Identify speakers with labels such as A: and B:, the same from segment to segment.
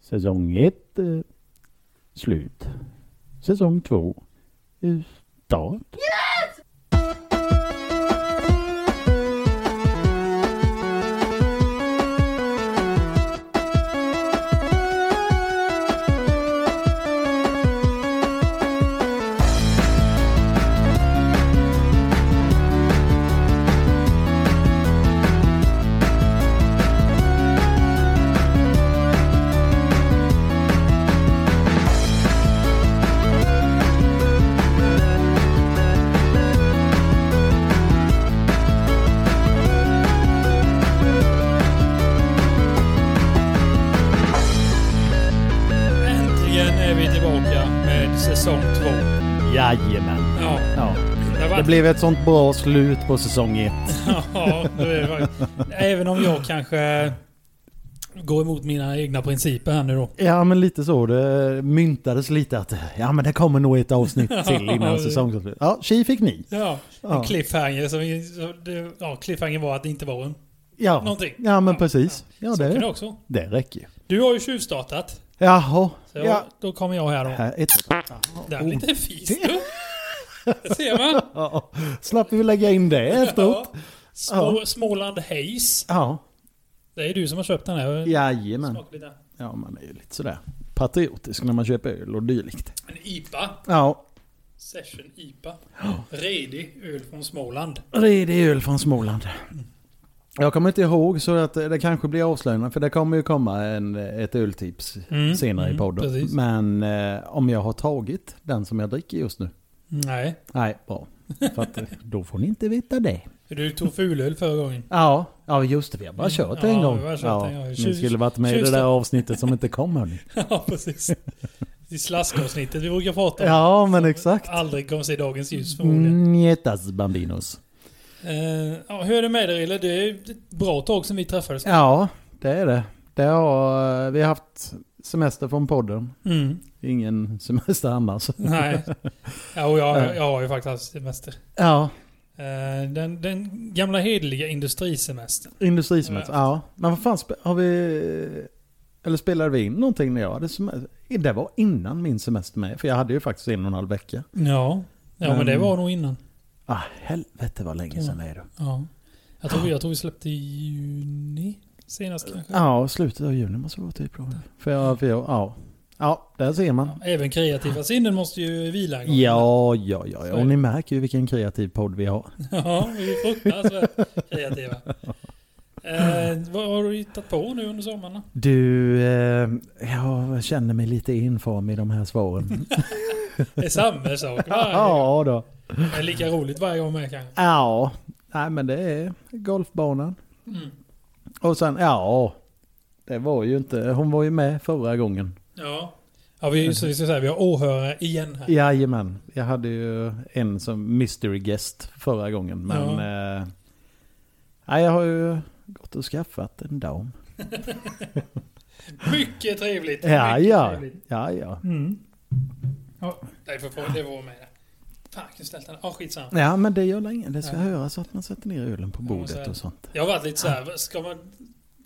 A: Säsong 1 eh, slut. Säsong 2 eh, start.
B: Äntligen är vi tillbaka med säsong två.
A: Jajamän.
B: Ja,
A: Ja.
B: det var...
A: Det blev ett sånt bra slut på säsong 1.
B: ja, det är det faktiskt. Även om jag kanske går emot mina egna principer här nu då.
A: Ja men lite så, det myntades lite att eh, ja men det kommer nog ett avsnitt till innan säsongen slut. Ja, tji fick ni.
B: Ja, en
A: Ja.
B: cliffhanger som... så det- Ja, cliffhanger var att det inte var en.
A: Ja,
B: Någonting.
A: ja men precis. Ja
B: Så kan det
A: det,
B: också.
A: det räcker ju.
B: Du har ju tjuvstartat.
A: Jaha.
B: Så
A: Ja.
B: då kommer jag här då.
A: Här, Oh. ett,
B: Där, lite fis du. Det ser man.
A: ja, slapp vi lägga in det efteråt.
B: Ja. Små, Småland Hayes.
A: Ja,
B: Det är du som har köpt den här.
A: jajamän.
B: Smakar lite.
A: Ja, man är ju lite sådär patriotisk när man köper öl och dylikt.
B: En IPA.
A: Ja,
B: Session IPA.
A: Oh.
B: Redig öl från Småland.
A: redig öl från Småland. Jag kommer inte ihåg så att det kanske blir avslöjande för det kommer ju komma en, ett öltips
B: Mm,
A: senare i
B: mm,
A: podden.
B: precis.
A: Men eh, om jag har tagit den som jag dricker just nu.
B: Nej.
A: Nej, bra. För att, eh, då får ni inte veta det.
B: Du tog fulöl förra gången.
A: Ja, ja just det. Vi har bara kört en
B: Mm. Ja,
A: gång.
B: vi har kört
A: ja,
B: en gång.
A: Ni
B: Tjus-
A: skulle varit med i det
B: tjus-
A: där avsnittet som inte kom hörni.
B: ja, precis. I slaskavsnittet vi brukar prata om.
A: Ja, men exakt. Mm.
B: Aldrig kommer se dagens ljus förmodligen.
A: Njetas Bandinos.
B: Eh, ja, hur är det med dig Rille? Det är ett bra tag sedan vi träffades.
A: Ja, det är det. det har, eh, vi har haft semester från podden.
B: Mm.
A: Ingen semester annars.
B: Nej. Ja, och jag, jag har ju faktiskt haft semester.
A: Ja,
B: Eh, den, den gamla hederliga industrisemestern.
A: industrisemester. Ja. Men vad fan, spe- har vi... Eller spelade vi in någonting när jag hade semester? Det var innan min semester med. För jag hade ju faktiskt en och en halv vecka.
B: Ja. Ja, men det var nog innan.
A: Ah, helvete vad länge sedan det är då.
B: Ja. Jag tror, jag tror vi släppte i juni senast kanske.
A: Ja, slutet av juni måste det vara typ. då. För jag, för jag, ja. ja, där ser man.
B: Även kreativa sinnen måste ju vila en gång.
A: Ja, ja, ja. ja.
B: är
A: Och ni märker ju vilken kreativ podd vi har.
B: Ja, vi är fruktansvärt kreativa. Eh, vad har du hittat på nu under sommaren? då?
A: Du, eh, jag känner mig lite inform i de här svaren.
B: Det är samma sak varje gång.
A: ja då.
B: Det är lika roligt varje gång med kanske.
A: Ja, nej men det är golfbanan.
B: Mm.
A: Och sen, ja. Det var ju inte, hon var ju med förra gången.
B: Ja. Ja, vi, så vi ska säga vi har åhörare igen här.
A: Jajamän, jag hade ju en som mystery guest förra gången. Men eh, nej, jag har ju gått och skaffat en dam.
B: Mycket trevligt.
A: Ja,
B: mycket
A: ja,
B: trevligt.
A: ja, ja.
B: Mm. Ja, det får, få- det får vara med. där. Fan, jag kunde ställt den. Ja, skitsamma.
A: Ja, men det gör ingen. Det ska
B: Ja.
A: höras att man sätter ner ölen på
B: Ja, men så är
A: bordet
B: det.
A: och sånt.
B: Jag har varit lite så här, ska man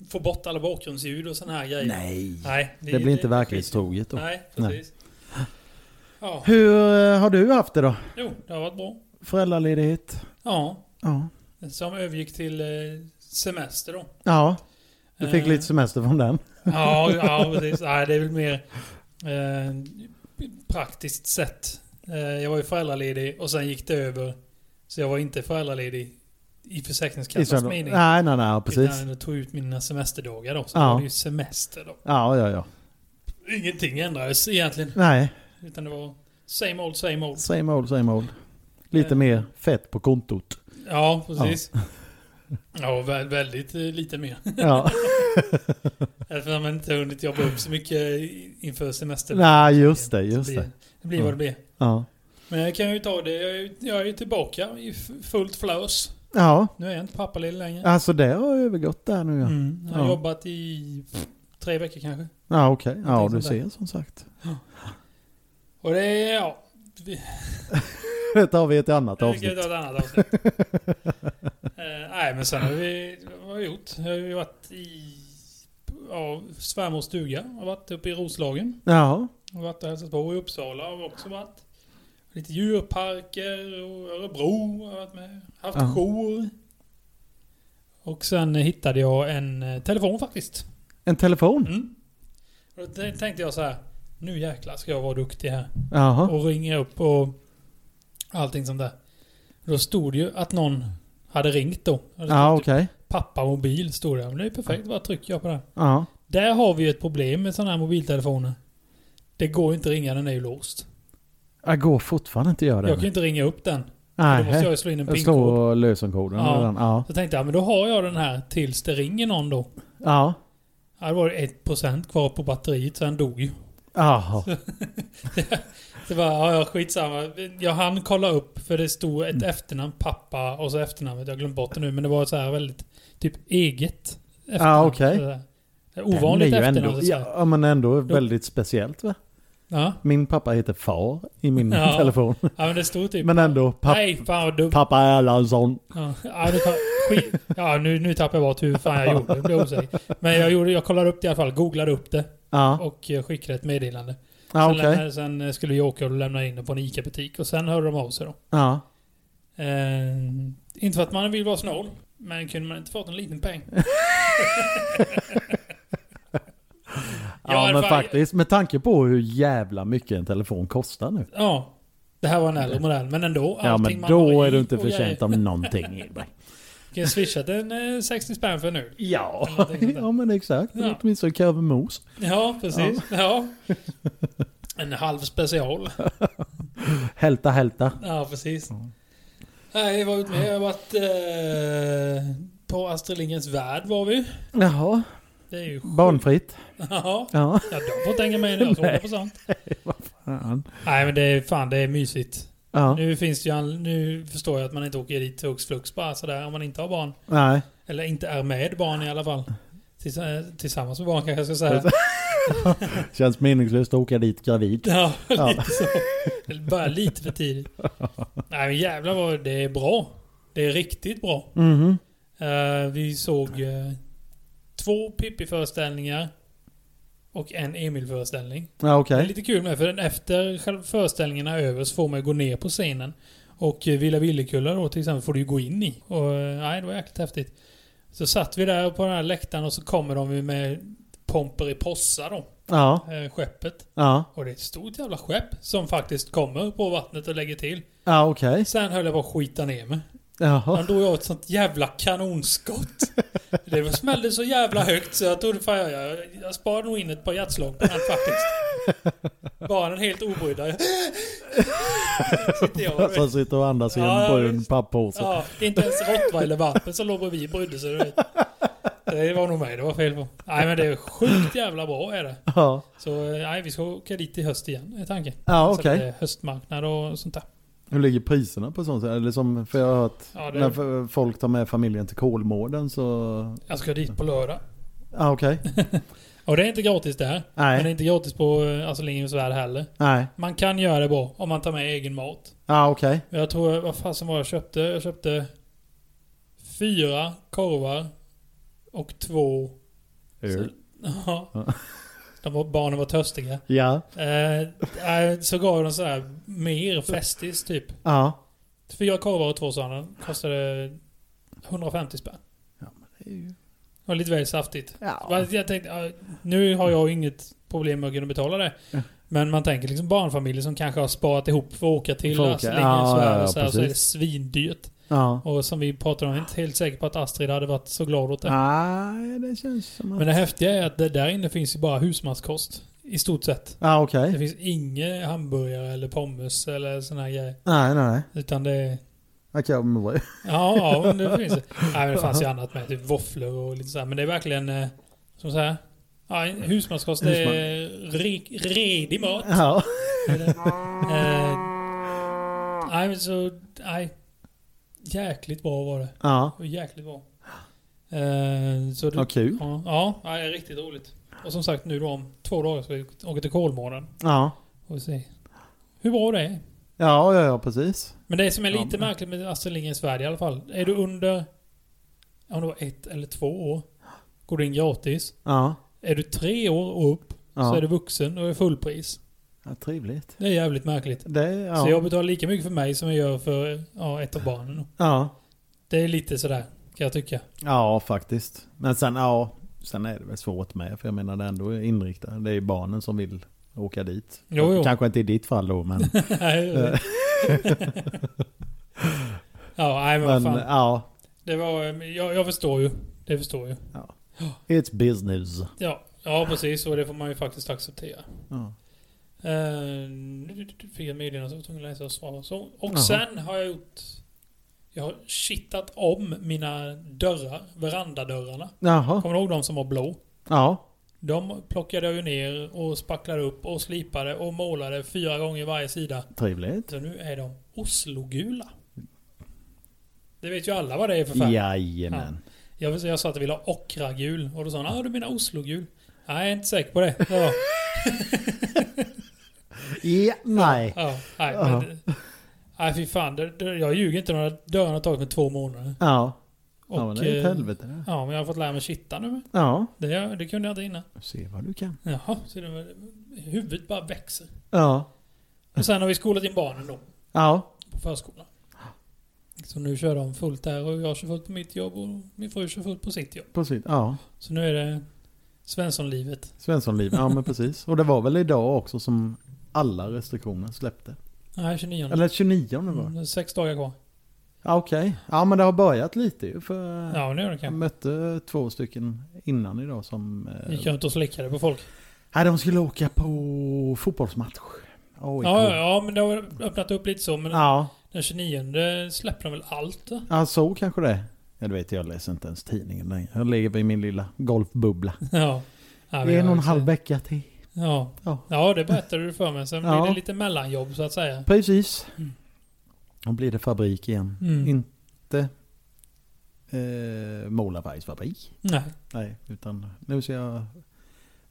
B: få bort alla bakgrundsljud och sådana här grejer?
A: Nej,
B: Nej
A: det blir inte verklighetstroget då.
B: Nej, precis. Ja,
A: Hur eh, har du haft det då?
B: jo, det har varit bra.
A: Föräldraledighet?
B: Ja,
A: Ja.
B: som övergick till eh, semester då.
A: Ja, du fick
B: Eh,
A: lite semester från den.
B: Ja, ja precis. Nej, det är väl mer eh, praktiskt sett. Eh, jag var ju föräldraledig och sen gick det över. Så jag var inte föräldraledig i
A: I
B: Försäkringskassans
A: söndra-
B: mening.
A: Nej, nej, nej, precis.
B: Utan jag tog ut mina semesterdagar då. Så
A: Ja.
B: var det ju semester då.
A: Ja, ja, ja.
B: Ingenting ändrades egentligen.
A: Nej,
B: Utan det var same old, same old.
A: same old, same old. Lite
B: Eh.
A: mer fett på kontot.
B: Ja, precis. Ja, vä- väldigt eh, lite mer.
A: Ja,
B: Eftersom man inte hunnit jobba upp så mycket i- inför semestern.
A: nej, just det, just
B: blir,
A: det.
B: det blir vad det blir.
A: Ja,
B: Men jag kan ju ta det. Jag är, ju- jag är ju tillbaka i f- fullt flös.
A: ja
B: Nu är jag inte pappaledig längre.
A: alltså det har övergått där nu ja.
B: Mm, jag har
A: Ja.
B: jobbat i pff, tre veckor kanske.
A: Ja, okej. Ja,
B: Någonting
A: du
B: sånt där.
A: ser som sagt.
B: Och det är, ja,
A: Det tar vi i ett annat
B: det kan
A: avsnitt.
B: jag ta ett annat avsnitt. Eh, nej, men sen har vi, vad har vi gjort? Jag har ju varit i ja, svärmors stuga. Har varit uppe i Roslagen.
A: Jaha.
B: Har varit och hälsat på i Uppsala. Har också varit. Lite djurparker och Örebro har varit med. Haft
A: Ja.
B: jour. Och sen hittade jag en eh, telefon faktiskt.
A: En telefon?
B: Mm. Och då t- tänkte jag så här. Nu jäklar ska jag vara duktig här.
A: Jaha.
B: Och ringa upp och allting sånt där. Då stod det ju att någon hade ringt då. Och det stod
A: Ja,
B: typ
A: okej.
B: Pappa mobil stod det. Men det är ju perfekt. Bara trycker jag på den.
A: Ja.
B: Där har vi ju ett problem med sådana här mobiltelefoner. Det går ju inte att ringa, den är ju låst.
A: Jag går fortfarande inte att göra det.
B: Jag kan ju inte ringa upp den. Då måste jag
A: Nej,
B: ju slå in en
A: jag
B: pinkod.
A: slår lösenkoden.
B: Ja.
A: Ja. Ja.
B: Så tänkte jag, men då har jag den här tills det ringer någon då.
A: ja.
B: Ja, det var ju 1% kvar på batteriet, så den dog ju.
A: Jaha.
B: Det var, ja ja, skitsamma. Jag hann kolla upp, för det stod
A: Mm.
B: ett efternamn, pappa, och så efternamnet. Jag har glömt bort det nu, men det var så här väldigt, typ eget efternamn.
A: Ah, okej.
B: Så där. Det är Ovanligt
A: Den är ju
B: efternamn.
A: ändå,
B: så här.
A: ja, men ändå väldigt speciellt va?
B: Ja.
A: Min pappa heter Far i min
B: Ja.
A: telefon.
B: ja, men det stod typ...
A: Men ändå, papp,
B: Nej, fan vad dumt.
A: pappa Erlandsson.
B: Ja, ja, nu, kan- skit, ja nu, nu tappar jag bort hur fan jag gjorde. Det blev osäker. Men jag, gjorde, jag kollade upp det i alla fall, googlade upp det
A: Ja,
B: och eh, skickade ett meddelande.
A: ja
B: sen,
A: okej.
B: lämnade- sen eh, skulle jag åka och lämna in det på en ICA-butik och sen hörde de av sig då.
A: Ja.
B: Eh, inte för att man vill vara snål, men kunde man inte fått en liten peng? Jag
A: Ja,
B: hade
A: men
B: fan-
A: faktiskt. Med tanke på hur jävla mycket en telefon kostar nu.
B: Ja, det här var en äldre modell, men ändå.
A: Ja, men
B: allting man
A: då
B: har i
A: är du inte
B: och grejer.
A: förtjänt av någonting. Edberg.
B: Kan jag swisha den eh, 60 spänn för nu?
A: Ja,
B: Eller någonting sånt där.
A: ja men exakt.
B: Ja.
A: Åtminstone Kevin Mos.
B: Ja, precis. ja. En halv special.
A: Hälta, hälta.
B: Ja, precis. Nej, jag var ute med. Jag har varit eh, på Astrid Lindgrens Värld var vi.
A: Jaha,
B: Det är ju sjukt.
A: barnfritt.
B: Ja,
A: Ja.
B: ja, de får inte hänga med när jag såg på sånt.
A: Fan.
B: Nej, men det är fan, det är mysigt.
A: Ja.
B: Nu finns det ju, all- nu förstår jag att man inte åker dit hux flux bara sådär om man inte har barn.
A: Nej.
B: Eller inte är med barn i alla fall. Tills, eh, tillsammans med barn kanske jag ska säga.
A: Känns meningslöst att åka dit gravid.
B: Ja,
A: Ja.
B: lite så. Eller Bara lite för tidigt. Nej, men jävlar vad det är bra. Det är riktigt bra.
A: Mhm.
B: Eh, vi såg eh, två Pippi-föreställningar och en Emil-föreställning.
A: Ja,
B: Det är
A: okej.
B: lite kul med för den efter själva föreställningen är över så får man ju gå ner på scenen. Och eh, Villa Villekulla då till exempel får du ju gå in i. Och eh, nej, det var jäkligt häftigt. Så satt vi där på den här läktaren och så kommer de ju med Pomperipossa då,
A: Ja,
B: eh, skeppet.
A: ja.
B: Och det är ett stort jävla skepp som faktiskt kommer på vattnet och lägger till.
A: Ja, okej.
B: Sen höll jag på att skita ner mig.
A: Jaha.
B: Han drog jag ett sånt jävla kanonskott. Det var- smällde så jävla högt så jag trodde fan jag, jag, jag sparade nog in ett par hjärtslag på den faktiskt. Barnen helt obrydda. Sitter jag och-
A: Som sitter och andas i
B: Ja,
A: en
B: ja,
A: brun
B: visst.
A: papppåse.
B: Ja, inte ens rottweilervalpen som låg bredvid brydde sig. du vet. Det var nog mig det var fel på. Nej men det är sjukt jävla bra är det.
A: Ja.
B: Så eh, nej, vi ska åka dit i höst igen är tanken.
A: Ja,
B: Så
A: okej.
B: det är Höstmarknad och sånt där.
A: Hur ligger priserna på sånt? Eller som, för jag har hört,
B: Ja,
A: när
B: det,
A: f- folk tar med familjen till Kolmården så...
B: jag ska dit på lördag.
A: Ja, okej.
B: Och det är inte gratis där. Men det är
A: Nej.
B: inte gratis på eh, alltså, Lindgrens Värld heller.
A: Nej.
B: Man kan göra det bra om man tar med egen mat.
A: Ja, okej.
B: Jag tror, vad fasen var jag köpte? Jag köpte fyra korvar och två...
A: Öl.
B: Ja. De var, barnen var törstiga.
A: Ja.
B: Eh, eh, så gav de så här mer Festis typ.
A: Ja.
B: Fyra korvar och två sådana kostade 150 spänn. Det var lite väl saftigt.
A: Ja.
B: Va, Jag tänkte, ja, nu har jag ju inget problem med att kunna betala det.
A: Ja.
B: Men man tänker liksom barnfamiljer som kanske har sparat ihop för att åka till
A: För att åka.
B: Astrid
A: Ja,
B: Lindgrens Värld
A: ja,
B: och så, här, så är det
A: precis.
B: svindyrt.
A: Ja.
B: Och som vi pratade om, jag är inte helt säker på att Astrid hade varit så glad åt det.
A: Nej, det känns som att...
B: Men det häftiga är att det där inne finns ju bara husmanskost. I stort sett.
A: Ja, okej.
B: Det finns inga hamburgare eller pommes eller såna här grejer.
A: Nej, nej, nej.
B: Utan det...
A: Jag kan vara
B: Ja, ja men det finns Nej, men det fanns ju annat med. Typ våfflor och lite sådär. Men det är verkligen... eh, Som så här. Ja, en husmanskost det är rik, redig mat.
A: Ja.
B: Eller, eh, Nej, men så... Nej. Jäkligt bra var det.
A: Ja.
B: Det var jäkligt bra. Eh, så det,
A: Vad kul.
B: ja, ja, ja, det är riktigt roligt. Och som sagt nu då om två dagar ska vi åka till Kolmården.
A: Ja.
B: Och se hur bra det är.
A: Ja, ja, ja, precis.
B: Men det som är
A: Ja,
B: lite
A: men-
B: märkligt med Astrid Lindgrens Värld i alla fall. Är du under om det var ett eller två år. Går du in gratis.
A: Ja.
B: Är du tre år och upp så
A: Ja.
B: är du vuxen och är fullpris.
A: Ja, trevligt.
B: Det är jävligt märkligt.
A: Det, är- ja.
B: Så jag betalar lika mycket för mig som jag gör för ja, ett av barnen.
A: ja.
B: Det är lite sådär, kan jag tycka.
A: Ja, faktiskt. Men sen, ja, sen är det väl svårt med. För jag menar det är ändå inriktat. Det är ju barnen som vill åka dit.
B: Jo, jo.
A: Kanske inte i ditt fall då, men...
B: Nej, jag vet. ja, nej men,
A: men eh,
B: vad fan.
A: ja,
B: Det var, eh, jag, jag förstår ju. Det förstår ju.
A: it's business.
B: Ja, ja precis. Och det får man ju faktiskt acceptera.
A: Ja.
B: Eh, nu fick jag ett meddelande som jag var tvungen att läsa och svara. Så, och
A: Jaha.
B: sen har jag gjort... Jag har kittat om mina dörrar, verandadörrarna.
A: Jaha,
B: Kommer du ihåg de som var blå?
A: ja.
B: De plockade jag ju ner och spacklade upp och slipade och målade fyra gånger varje sida.
A: Trevligt.
B: Så nu är de Oslogula. Det vet ju alla vad det är för färg.
A: Jajamän.
B: Jag, jag sa att jag ville ha ockragul och då sa han ah, du menar Oslogul. Nej, jag är inte säker på det. Ja,
A: Ja, nej.
B: ja, nej,
A: Ja.
B: men, nej fy fan. Det, det, jag ljuger inte. De här dörrarna har tagit mig två månader.
A: Ja,
B: Och,
A: ja men det är ett
B: eh,
A: helvete det.
B: Ja, men jag har fått lära mig kitta nu. med.
A: Ja,
B: Det, det kunde jag inte innan.
A: se vad du kan.
B: Jaha, så det, var- huvudet bara växer.
A: Ja,
B: Och sen har vi skolat in barnen då.
A: ja,
B: på förskolan. Så nu kör de fullt där och jag kör fullt på mitt jobb och min fru kör fullt på sitt jobb.
A: precis. Ja,
B: Så nu är det Svenssonlivet.
A: Svenssonliv. Ja, men precis. Och det var väl idag också som alla restriktioner släppte.
B: Nej, 29.
A: Eller 29 om det var.
B: Mm, det är sex dagar kvar.
A: Ja, Okej. Ja, men det har börjat lite ju. För
B: Ja, nu är det
A: jag
B: kanske.
A: mötte två stycken innan idag som... eh,
B: Gick jag inte och slickade på folk.
A: Nej, de skulle åka på fotbollsmatch. AIK.
B: Ja, ja, ja, men det har öppnat upp lite så. Men
A: Ja,
B: den 29 släpper de väl allt? då?
A: ja, så kanske det. Ja, du vet, jag läser inte ens tidningen längre. Jag lever i min lilla golfbubbla.
B: Ja. ja
A: Det är en och en
B: också-
A: halv vecka till.
B: Ja.
A: Ja.
B: ja, det berättade du för mig. Sen
A: Ja.
B: blir det lite mellanjobb så att säga.
A: Precis.
B: Mm.
A: Då blir det fabrik igen.
B: Mm.
A: Inte eh, målarfärgsfabrik.
B: Nej.
A: Nej, utan nu ska jag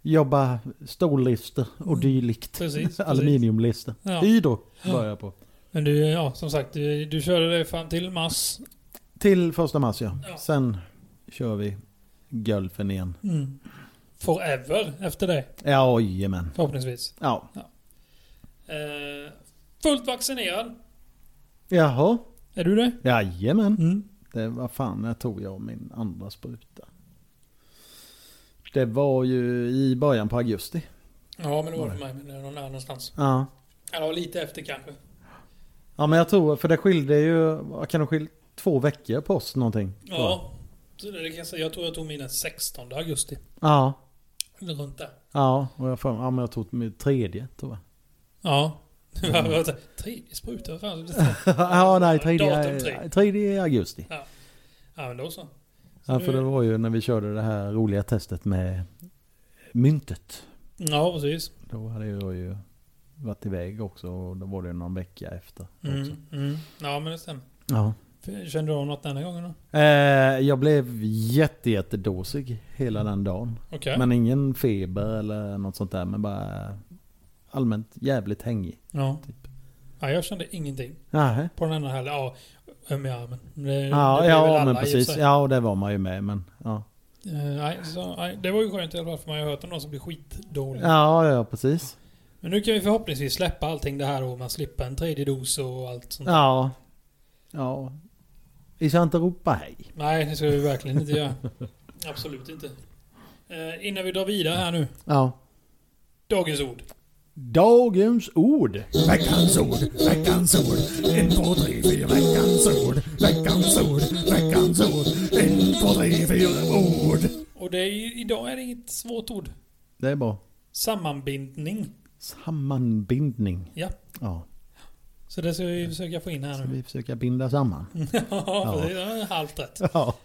A: jobba stållister och
B: Mm.
A: dylikt.
B: Precis, precis.
A: Aluminiumlister.
B: Ja.
A: Hydro börjar jag på.
B: Men du, ja som sagt, du, du körde det fram till mars.
A: Till första mars ja.
B: Ja.
A: Sen kör vi golfen igen.
B: Mm. Forever efter det,
A: Ja, jajamän.
B: förhoppningsvis.
A: Ja.
B: Eh, fullt vaccinerad.
A: Jaha.
B: Är du det?
A: Jajamän.
B: Mm.
A: Det var fan när tog jag min andra spruta. Det var ju i början på augusti.
B: Ja, men det var för mig. Men det är någon annanstans.
A: Ja.
B: Eller ja, lite efter kanske.
A: Ja men jag tror, för det skilde ju, vad kan det skilja? Två veckor på oss någonting. tror jag.
B: Ja. Så det kan jag, säga. jag tror jag tog mina 16 augusti.
A: Ja.
B: Eller runt där.
A: Ja, och jag, fan, ja, men jag tog min tredje tror jag.
B: Ja. Mm. Tredje spruta, vad fan.
A: ja, nej,
B: Datum tre.
A: tredje, tredje augusti.
B: Ja, men då så.
A: Ja, för det var ju när vi körde det här roliga testet med myntet.
B: Ja, precis.
A: Då hade jag ju varit iväg också och då var det någon vecka efter. Också.
B: Mm, mm. Ja, men det stämmer.
A: Ja.
B: Kände du av något denna gången då?
A: Eh, jag blev jättejättedåsig hela den dagen.
B: Okej.
A: Men ingen feber eller något sånt där. Men bara allmänt jävligt hängig.
B: Ja.
A: Typ.
B: ja. Jag kände ingenting.
A: Nähä.
B: På den andra helgen. Ja, öm i armen.
A: Ja,
B: Det, det blir väl
A: ja
B: alla
A: men
B: i och för
A: precis.
B: sig.
A: Ja, och det var man ju med. Men, ja.
B: Eh, nej, så, nej, det var ju skönt i alla fall för man har ju hört om någon som blir skitdålig.
A: ja, ja precis.
B: Men nu kan vi förhoppningsvis släppa allting det här och man slipper en tredje dos och allt sånt.
A: Ja. Ja. Vi ska inte ropa hej.
B: Nej, det ska vi verkligen inte göra. Absolut inte. Eh, innan vi drar vidare här nu.
A: Ja.
B: Dagens ord.
A: Dagens ord.
C: Veckans ord, veckans ord, en, två, tre, fyra, veckans ord, veckans ord, veckans ord, en, två, tre, fyra, ord.
B: Och det är, ju- idag är det inget svårt ord.
A: Det är bra.
B: Sammanbindning.
A: Sammanbindning.
B: Ja.
A: Ja.
B: Så det ska vi försöka få in här
A: Ska
B: nu.
A: vi försöka binda samman?
B: Mm. ja, precis. Ja, halvt rätt.
A: Ja.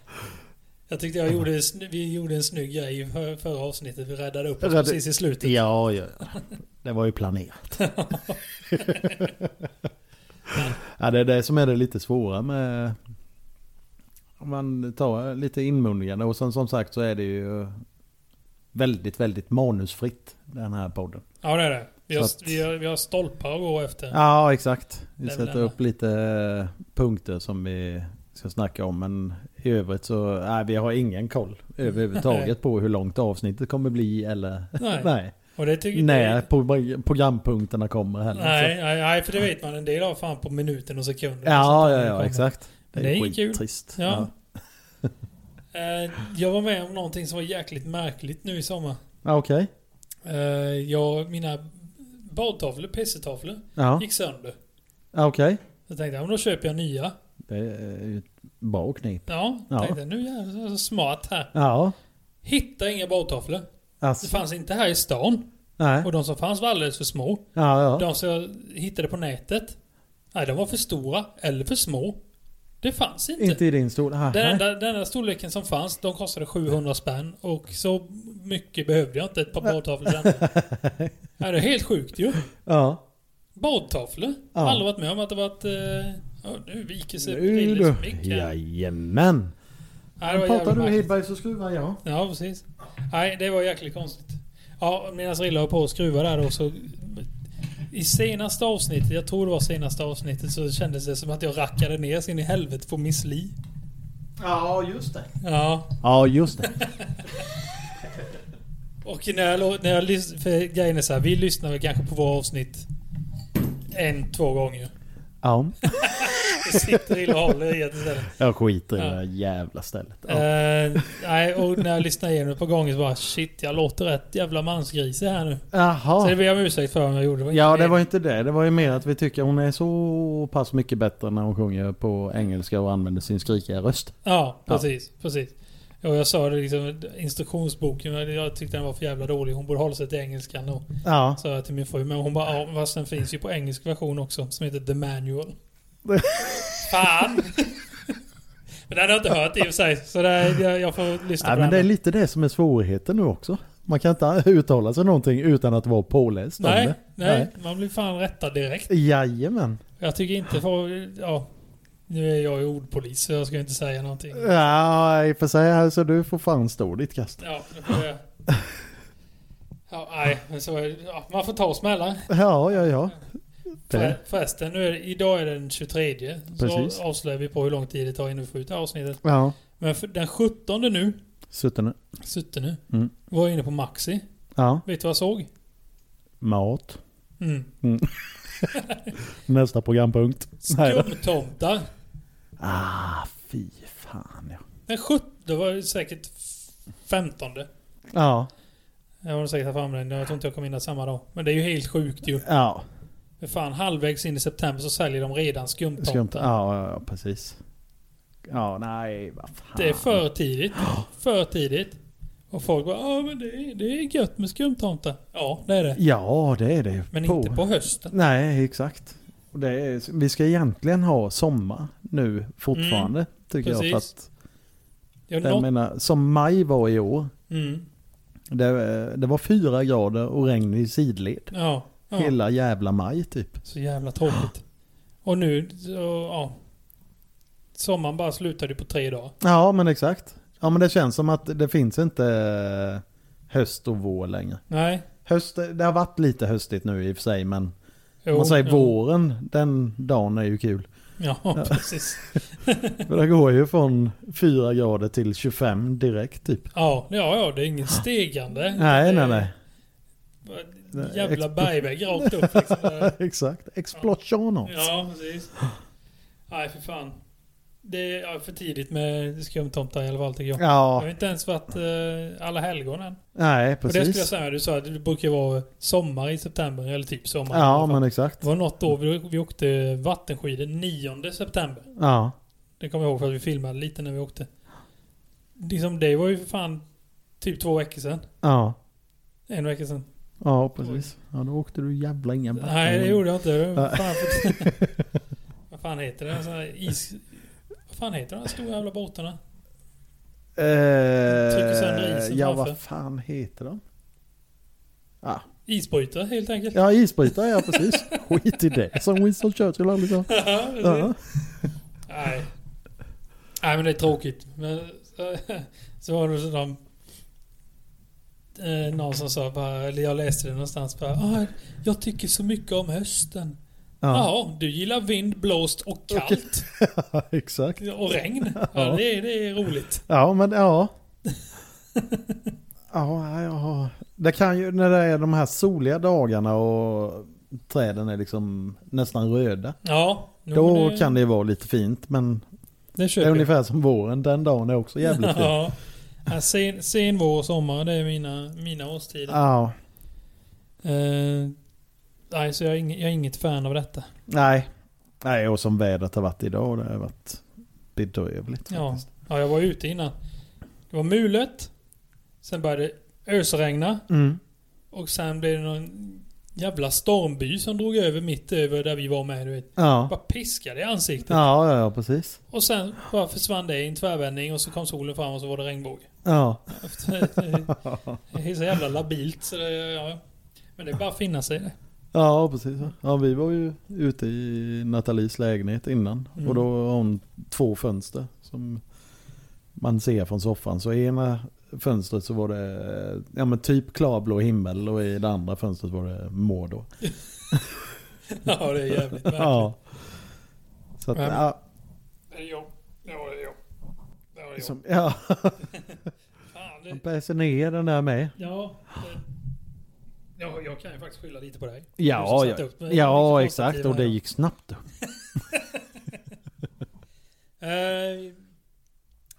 B: Jag tyckte jag gjorde, sn- vi gjorde en snygg grej i för, förra avsnittet. Vi räddade upp oss
A: Rädda-
B: precis i slutet.
A: Ja, ja, ja. Det var ju planerat. ja, det är det som är det lite svåra med... Om man tar lite inmundigande och sen som sagt så är det ju väldigt, väldigt manusfritt den här podden.
B: Ja, det är det. Vi har,
A: Så att-
B: vi har, vi har stolpar att gå efter.
A: Ja, exakt. Vi
B: Det är väl
A: sätter
B: den.
A: upp lite punkter som vi ska snacka om. Men i övrigt så, nej vi har ingen koll överhuvudtaget på hur långt avsnittet kommer bli eller
B: Nej.
A: nej.
B: Och det tycker
A: när pro- programpunkterna kommer heller.
B: Nej,
A: Så-
B: nej, nej, för det vet man. En del har fan på minuten och sekunden.
A: Ja,
B: Så
A: ja,
B: att det
A: ja,
B: kommer.
A: exakt. Det är,
B: Det är kul.
A: skittrist.
B: Ja. Eh, Jag var med om någonting som var jäkligt märkligt nu i sommar.
A: Ja, Okej.
B: Eh, Jag, mina badtavlor, pissetavlor,
A: Ja,
B: gick sönder.
A: ja okej.
B: Så tänkte jag, "Ja, men då köper jag nya.
A: Det är ju ett bra knep.
B: Ja,
A: Ja.
B: tänkte jag, nu jävlar så- så smart här.
A: Ja,
B: Hitta inga badtavlor. Det
A: alltså.
B: fanns inte här i stan.
A: Nej.
B: Och de som fanns var alldeles för små.
A: Ja, ja.
B: De som jag hittade på nätet, nej de var för stora eller för små. Det fanns inte.
A: Inte i din stol. Ah,
B: Den enda, den enda storleken som fanns, de kostade 700 spänn. Och så mycket behövde jag inte ett par badtavlor sen. Nej, det är helt sjukt ju.
A: Ja.
B: Badtavlor?
A: Ja.
B: Aldrig varit med om att det varit... Eh, ja, nu viker sig
A: Nu
B: Prilles
A: du.
B: mick här.
A: Jajamän.
B: Nej, det var
A: Pratar
B: jävligt
A: du
B: märkligt.
A: Hedberg så skruvar jag.
B: Ja, precis. Nej, det var jäkligt konstigt. Ja, medan Rilla var på och skruvade där då så... I senaste avsnittet, jag tror det var senaste avsnittet, så kändes det som att jag rackade ner sin i helvete på Miss Li.
A: Ja, just det.
B: Ja,
A: Ja, just det.
B: Och när jag, lå- när jag lyssnar, för grejen är så här, vi lyssnar väl kanske på våra avsnitt en, två gånger.
A: Ja.
B: Det sitter illa och håller i ett istället.
A: Jag skiter i
B: Ja.
A: det där jävla stället. Ja.
B: Eh, nej, och när jag lyssnar igenom ett par gånger så bara shit, jag låter rätt jävla mansgrisig här nu. Så det
A: Jaha.
B: ber jag om ursäkt för om jag gjorde. inte
A: Ja, det
B: meningen.
A: var ju inte det. Det var ju mer att vi tycker hon är så pass mycket bättre när hon sjunger på engelska och använder sin skrikiga röst.
B: Ja, precis. precis. Och jag sa det liksom, instruktionsboken, jag tyckte den var för jävla dålig. Hon borde hålla sig till engelskan och
A: Ja.
B: sa jag till min fru. Men hon bara, ja, fast den finns ju på engelsk version också som heter The Manual. Fan! men den har jag inte hört i och för sig. Så det, är- jag, jag får lyssna
A: Nej,
B: på
A: men det är
B: den.
A: lite det som är svårigheten nu också. Man kan inte uttala sig någonting utan att vara påläst om
B: nej,
A: det.
B: nej, man blir fan rättad direkt.
A: Jajamän.
B: Jag tycker inte för, ja. Nu är jag ju ordpolis så jag ska inte säga någonting.
A: Ja, i och för sig. Alltså, du får fan stå ditt kast.
B: Ja, det får jag. Ja, nej, men så, är det. ja, man får ta smällar.
A: Ja, ja, ja.
B: För, förresten, nu är det, idag är det den 23.
A: Precis.
B: Så avslöjar vi på hur lång tid det tar innan vi får ut det här avsnittet.
A: Ja.
B: Men för, den 17 nu,
A: Suttit nu.
B: suttit nu,
A: Mm.
B: var jag inne på Maxi.
A: Ja.
B: Vet du vad jag såg?
A: Mat.
B: Mm.
A: Nästa programpunkt. Nej då.
B: Skumtomtar.
A: Ah, fy fan ja.
B: Den 17, det var ju säkert f- 15.
A: Ja.
B: Jag har säkert haft fram den. Jag tror inte jag kom in där samma dag. Men det är ju helt sjukt ju.
A: Ja.
B: För fan, halvvägs in i september så säljer de redan skumtomtar.
A: Skumt. Ja, ja, ja, precis. Ja, nej, vad fan.
B: Det är för tidigt. För tidigt. Och folk bara ja men det är, det är gött med skumtomtar. Ja, det är det.
A: Ja, det är det.
B: Men inte på hösten.
A: Nej, exakt. Och det är, vi ska egentligen ha sommar nu fortfarande. tycker jag. För
B: Mm, precis.
A: att,
B: Jag
A: jag
B: nått,
A: menar, som maj var i år.
B: mm,
A: Det, det var fyra grader och regn i sidled.
B: ja, ja.
A: Hela jävla maj typ.
B: Så jävla tråkigt. Och nu, så, ja. Sommaren bara slutade på tre dagar.
A: Ja, men exakt. Ja, men det känns som att det finns inte eh, höst och vår längre.
B: Nej.
A: Höst, det har varit lite höstigt nu i och för sig, men
B: Jo,
A: om man säger
B: ja.
A: våren, den dagen är ju kul.
B: Ja, precis.
A: För det går ju från 4 grader till 25 direkt typ.
B: Ja, ja, ja, det är inget stegande.
A: Nej,
B: Det är
A: nej, nej.
B: bara Jävla bergvägg rakt upp liksom.
A: exakt. Explosioner.
B: Ja, precis. Nej, för fan. Det är ja, för tidigt med skumtomtar i alla fall tycker jag. Jag har
A: Ja,
B: inte ens varit eh, alla helgon än.
A: nej,
B: Och det skulle jag
A: precis.
B: säga, du sa att det brukar vara sommar i september, eller typ sommar. i alla
A: Ja,
B: fall.
A: men exakt.
B: Det var något år vi, vi åkte vattenskidor 9 september.
A: Ja,
B: Det kommer jag ihåg för att vi filmade lite när vi åkte. Liksom det var ju för fan typ två veckor sedan.
A: ja,
B: En vecka sedan.
A: ja, precis. Ja, då åkte du jävla inga backen.
B: Nej, det gjorde jag inte. Det var
A: Nej.
B: Fan, för... vad fan heter det? En sån här is... Vad fan heter de här stora jävla båtarna? Trycker sönder
A: Eh,
B: isen
A: ja,
B: framför.
A: vad fan heter de?
B: Isbrytare helt enkelt.
A: Ja, isbrytare, ja precis. Skit i det, som Winston Churchill aldrig sa.
B: precis.
A: Ja.
B: Nej. Nej men det är tråkigt. Men, så, så var det sådär, eh, någon som sa bara, eller jag läste det någonstans bara, "Ah, jag tycker så mycket om hösten. Jaha, du gillar vind, blåst och kallt.
A: Ja, exakt.
B: Och regn. Ja, det, är- det är roligt.
A: Ja, men ja. ja, ja. Det kan ju, när det är de här soliga dagarna och träden är liksom nästan röda.
B: Ja. jo,
A: Då kan det ju vara lite fint, men
B: Det
A: det
B: köper
A: är
B: jag.
A: ungefär som våren. Den dagen är också jävligt fin.
B: ja. Ja, sen, sen vår och sommar, det är mina, mina årstider.
A: Ja,
B: Eh, nej, så jag är, ing, jag är inget fan av detta.
A: nej. Nej, och som vädret har varit idag, det har varit bedrövligt
B: Ja.
A: faktiskt.
B: Ja, jag var ute innan. Det var mulet. Sen började det ösregna.
A: Mm.
B: Och sen blev det någon jävla stormby som drog över mitt över där vi var med. Du vet.
A: Ja.
B: Bara piskade i ansiktet.
A: Ja, ja, ja, precis.
B: Och sen bara försvann det i en tvärvändning och så kom solen fram och så var det regnbåge.
A: Ja,
B: Det är så jävla labilt så det, ja. Men det är bara att finna sig i det.
A: ja precis. Ja, vi var ju ute i Nathalies lägenhet innan.
B: Mm.
A: Och då har hon två fönster som man ser från soffan. Så i ena fönstret så var det ja, men typ klarblå himmel och i det andra fönstret var det mår då.
B: Ja, det är jävligt
A: Ja. Så att,
B: Men-
A: ja,
B: Det är jobb. Det var jobb. Det var jobb.
A: som, Alltså, ja.
B: Fan,
A: Man
B: det,
A: bär sig ner den där med.
B: ja, det, ja, jag kan ju faktiskt skylla lite på dig. Du som
A: Ja,
B: satte
A: ja,
B: upp eh, med-
A: ja
B: lite konstruktiva
A: exakt. Och det
B: här.
A: gick snabbt. upp.
B: Eh,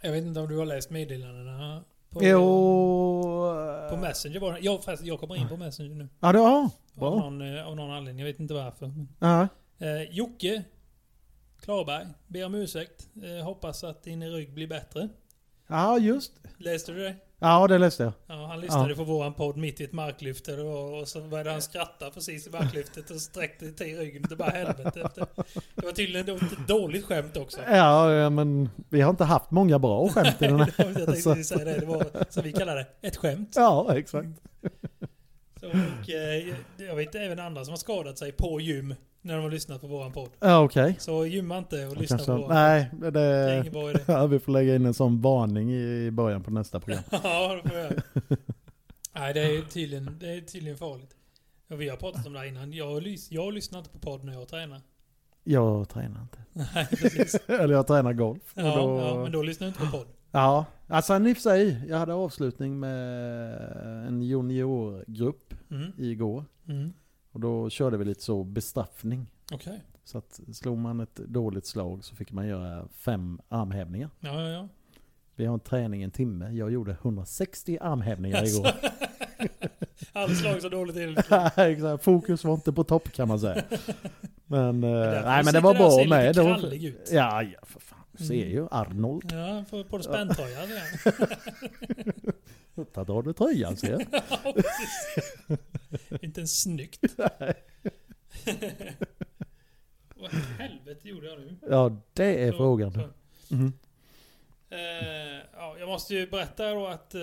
B: jag vet inte om du har läst meddelandena? På,
A: Jo...
B: På Messenger var det. Ja, fast jag kommer in på Messenger nu.
A: eh, Ja, det var.
B: Av
A: Bra.
B: någon, eh, av någon anledning. Jag vet inte varför. Men,
A: Ja.
B: eh, Jocke Klarberg ber om ursäkt. Eh, hoppas att din rygg blir bättre.
A: ja, just
B: Läste du det?
A: Ja, det läste jag.
B: Ja, han lyssnade på våran podd mitt i ett marklyft där det var, och så började han skratta precis i marklyftet och sträckte till ryggen. Det bara helvete. Efter. Det var tydligen det var ett dåligt skämt också.
A: Ja, ja, men vi har inte haft många bra skämt i den här. Alltså.
B: Jag tänkte precis säga det. Det var som vi kallar det, ett skämt.
A: Ja, exakt.
B: Så, och, eh, jag vet även andra som har skadat sig på gym när de har lyssnat på våran podd.
A: Ja, okej.
B: Så gymma inte och lyssna
A: Kanske-
B: på våran.
A: Nej, eh, det...
B: Det är ingen bra idé.
A: Ja, vi får lägga in en sån varning i början på nästa program.
B: Ja, det får jag göra. Nej, det är tydligen, det är tydligen farligt. Ja, vi har pratat om det här innan. Jag, lys- jag lyssnar inte på podd när jag tränar.
A: Jag tränar inte.
B: Nej, precis.
A: Eller jag tränar golf.
B: Ja,
A: Och då-
B: ja, men då lyssnar du inte på podd.
A: Ja, alltså i och för sig. Jag hade avslutning med en juniorgrupp
B: Mm.
A: igår.
B: Mm.
A: Och då körde vi lite så bestraffning.
B: Okej.
A: Så att slog man ett dåligt slag så fick man göra fem armhävningar.
B: Ja, ja, ja.
A: Vi har en träning en timme. Jag gjorde 160 armhävningar igår.
B: Allt slag så dåligt till.
A: Nej, exakt. Fokus var inte på topp kan man säga. Men, eh,
B: därför
A: nej, men
B: sitter
A: det var
B: du och ser
A: bra
B: lite
A: med. Det var-
B: krallig ut.
A: Ja, ja, för fan. Du ser
B: Mm.
A: ju Arnold.
B: Ja, på, på späntröja. Ja.
A: Där drar du tröjan ser jag.
B: Ja, precis. Inte ens snyggt. Vad i helvete gjorde jag nu?
A: Ja, det är
B: Så-
A: frågan.
B: så.
A: Mhm.
B: Eh, ja, jag måste ju berätta då att eh,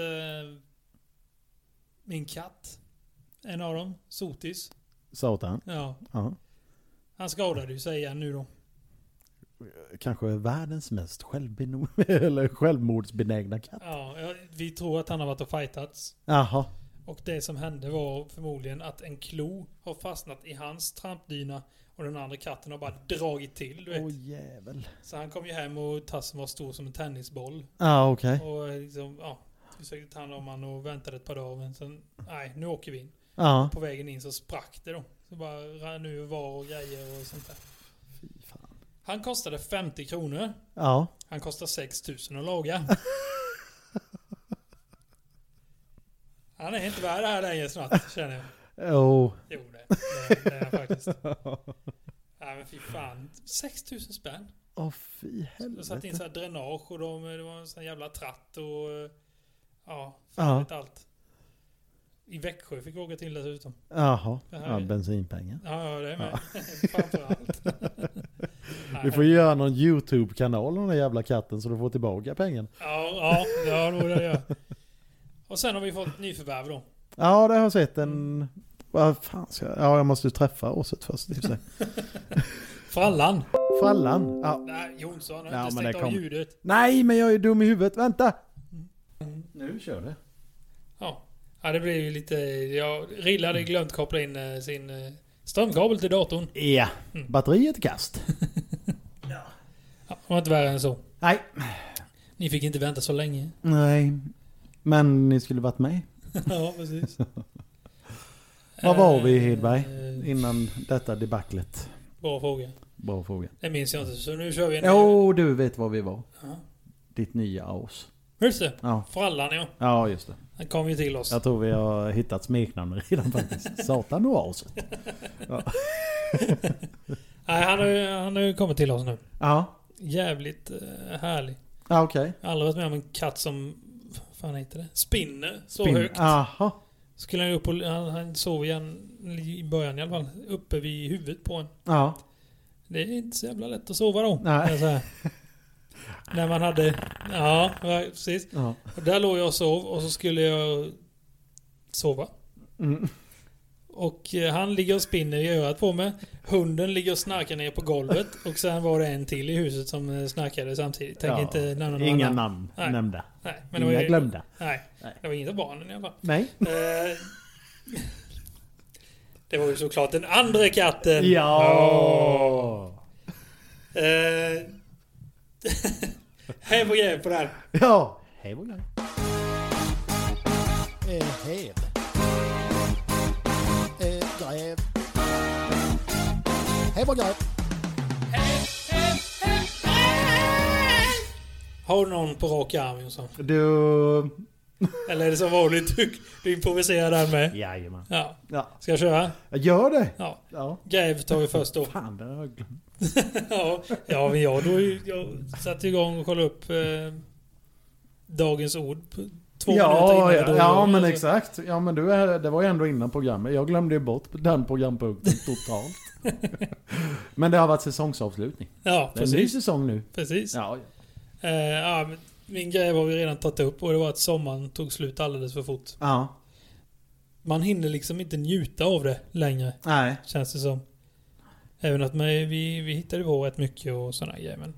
B: min katt, en av dem, Sotis,
A: Satan.
B: ja,
A: Ja.
B: han skadade ju sig igen nu då.
A: Kanske världens mest självbeno- eller självmordsbenägna katt.
B: Ja, jag- vi tror att han har varit och fightats.
A: Jaha.
B: Och det som hände var förmodligen att en klo har fastnat i hans trampdyna och den andra katten har bara dragit till. Du
A: Åh
B: vet.
A: jävel.
B: Så han kom ju hem och tassen var stor som en tennisboll.
A: Ja, okej.
B: Och eh, liksom, ja, försökte ta hand om honom och väntade ett par dagar. Men sen, nej, nu åker vi in.
A: Ja.
B: På vägen in så sprack det då. Så bara rann ur var och grejer och sånt där.
A: Fy fan.
B: Han kostade 50 kronor.
A: Ja.
B: Han kostar 6 000 att laga. Han är inte värd det här längre snart, känner jag.
A: Oh.
B: Jo, det, det, det är han faktiskt. Nej men fy fan. 6 000 spänn.
A: Åh fy
B: Jag satte in
A: helvete.
B: så här dränage och de, det var en sån här jävla tratt och... eh, Ja,
A: Ja.
B: vet allt. I Växjö fick vi åka till dessutom.
A: Jaha.
B: Det här
A: Ja,
B: är-
A: bensinpengar.
B: Ja, ja det är med. Framförallt.
A: Vi får ju göra någon YouTube-kanal om den där jävla katten så du får tillbaka pengarna.
B: Ja, ja, ja det borde jag göra. Och sen har vi fått nyförvärv då.
A: Ja, det har jag sett en... Vad fan ska jag... Ja, jag måste ju träffa Åset först i och för sig.
B: Frallan.
A: Frallan. Ja.
B: Nej, Jonsson har
A: Ja,
B: inte
A: men
B: stängt
A: det
B: av
A: kom.
B: ljudet.
A: Nej, men jag är dum i huvudet. Vänta! Nu kör det. Mm.
B: Ja. ja, det blir ju lite... Jag Rille hade glömt koppla in eh, sin eh, Strömkabel till datorn.
A: Ja.
B: Mm.
A: Batteriet kast.
B: Ja, det var inte värre än så.
A: Nej.
B: Ni fick inte vänta så länge.
A: Nej. Men ni skulle varit med.
B: ja, precis.
A: Var var vi,
B: Eh,
A: Hedberg?
B: eh,
A: Innan detta debaclet.
B: Bra fråga.
A: Bra fråga.
B: Det minns jag inte, så nu kör vi en
A: Jo, du vet var vi var.
B: Ja.
A: Ditt nya Aus.
B: Just det.
A: Ja.
B: Frallan ja.
A: Ja, just det.
B: Han kom ju till oss.
A: Jag tror vi har hittat smeknamn redan faktiskt. Satan och Auset.
B: Nej, han har, ju- han har ju kommit till oss nu.
A: Ja.
B: Jävligt eh, härlig.
A: Ja, okej.
B: Jag har aldrig varit med om en katt som... vad Fan heter det? Spinner så
A: Spinn-
B: högt.
A: Aha.
B: Skulle han ju upp och... Han, han sov igen i början i alla fall. Uppe vid huvudet på en.
A: Ja.
B: Det är inte så jävla lätt att sova då.
A: Nej.
B: kan jag säga. När man hade... Ja, ja, precis.
A: ja.
B: Och där låg jag och sov och så skulle jag sova.
A: Mm.
B: Och eh, han ligger och spinner i örat på mig. Hunden ligger och snarkar ner på golvet. Och sen var det en till i huset som eh, snarkade samtidigt. Tänker
A: Ja.
B: inte nämna några
A: Inga
B: namn.
A: namn
B: Nej.
A: nämnda.
B: Nej, men det
A: Inga
B: var ju,
A: glömda.
B: Nej,
A: Nej.
B: det var inget av barnen i alla fall.
A: Nej.
B: Eh, Det var ju såklart den andra katten.
A: Ja.
B: Ja. Eh, Hej på grejen på den.
A: Ja. Hej vår grej.
C: Eh, hev. Eh, gräv. Hev och gräv.
B: Har du någon på rak arm Jonsson?
A: Du...
B: Eller är det som vanligt du, du improviserar den med?
A: Jajamän.
B: Ja.
A: Ja.
B: Ska jag köra?
A: Gör det.
B: Ja.
A: Ja.
B: Gräv tar vi först då.
A: Fan, det har jag glömt.
B: ja, ja, men jag, då, jag satte igång och kollade upp eh, dagens ord på två minuter
A: Ja,
B: innan vi
A: ja,
B: drog
A: ja
B: igång.
A: men
B: Alltså,
A: exakt. Ja, men du, är- det var ju ändå innan programmet. Jag glömde ju bort den programpunkten totalt. men det har varit säsongsavslutning.
B: Ja,
A: Det är en ny
B: precis.
A: säsong nu.
B: precis.
A: Ja,
B: Eh, ja, men min grej har vi redan tagit upp och det var att sommaren tog slut alldeles för fort.
A: ja.
B: Man hinner liksom inte njuta av det längre,
A: Nej.
B: känns det som. Även att man, vi, vi hittade på rätt mycket och sådana grejer. Men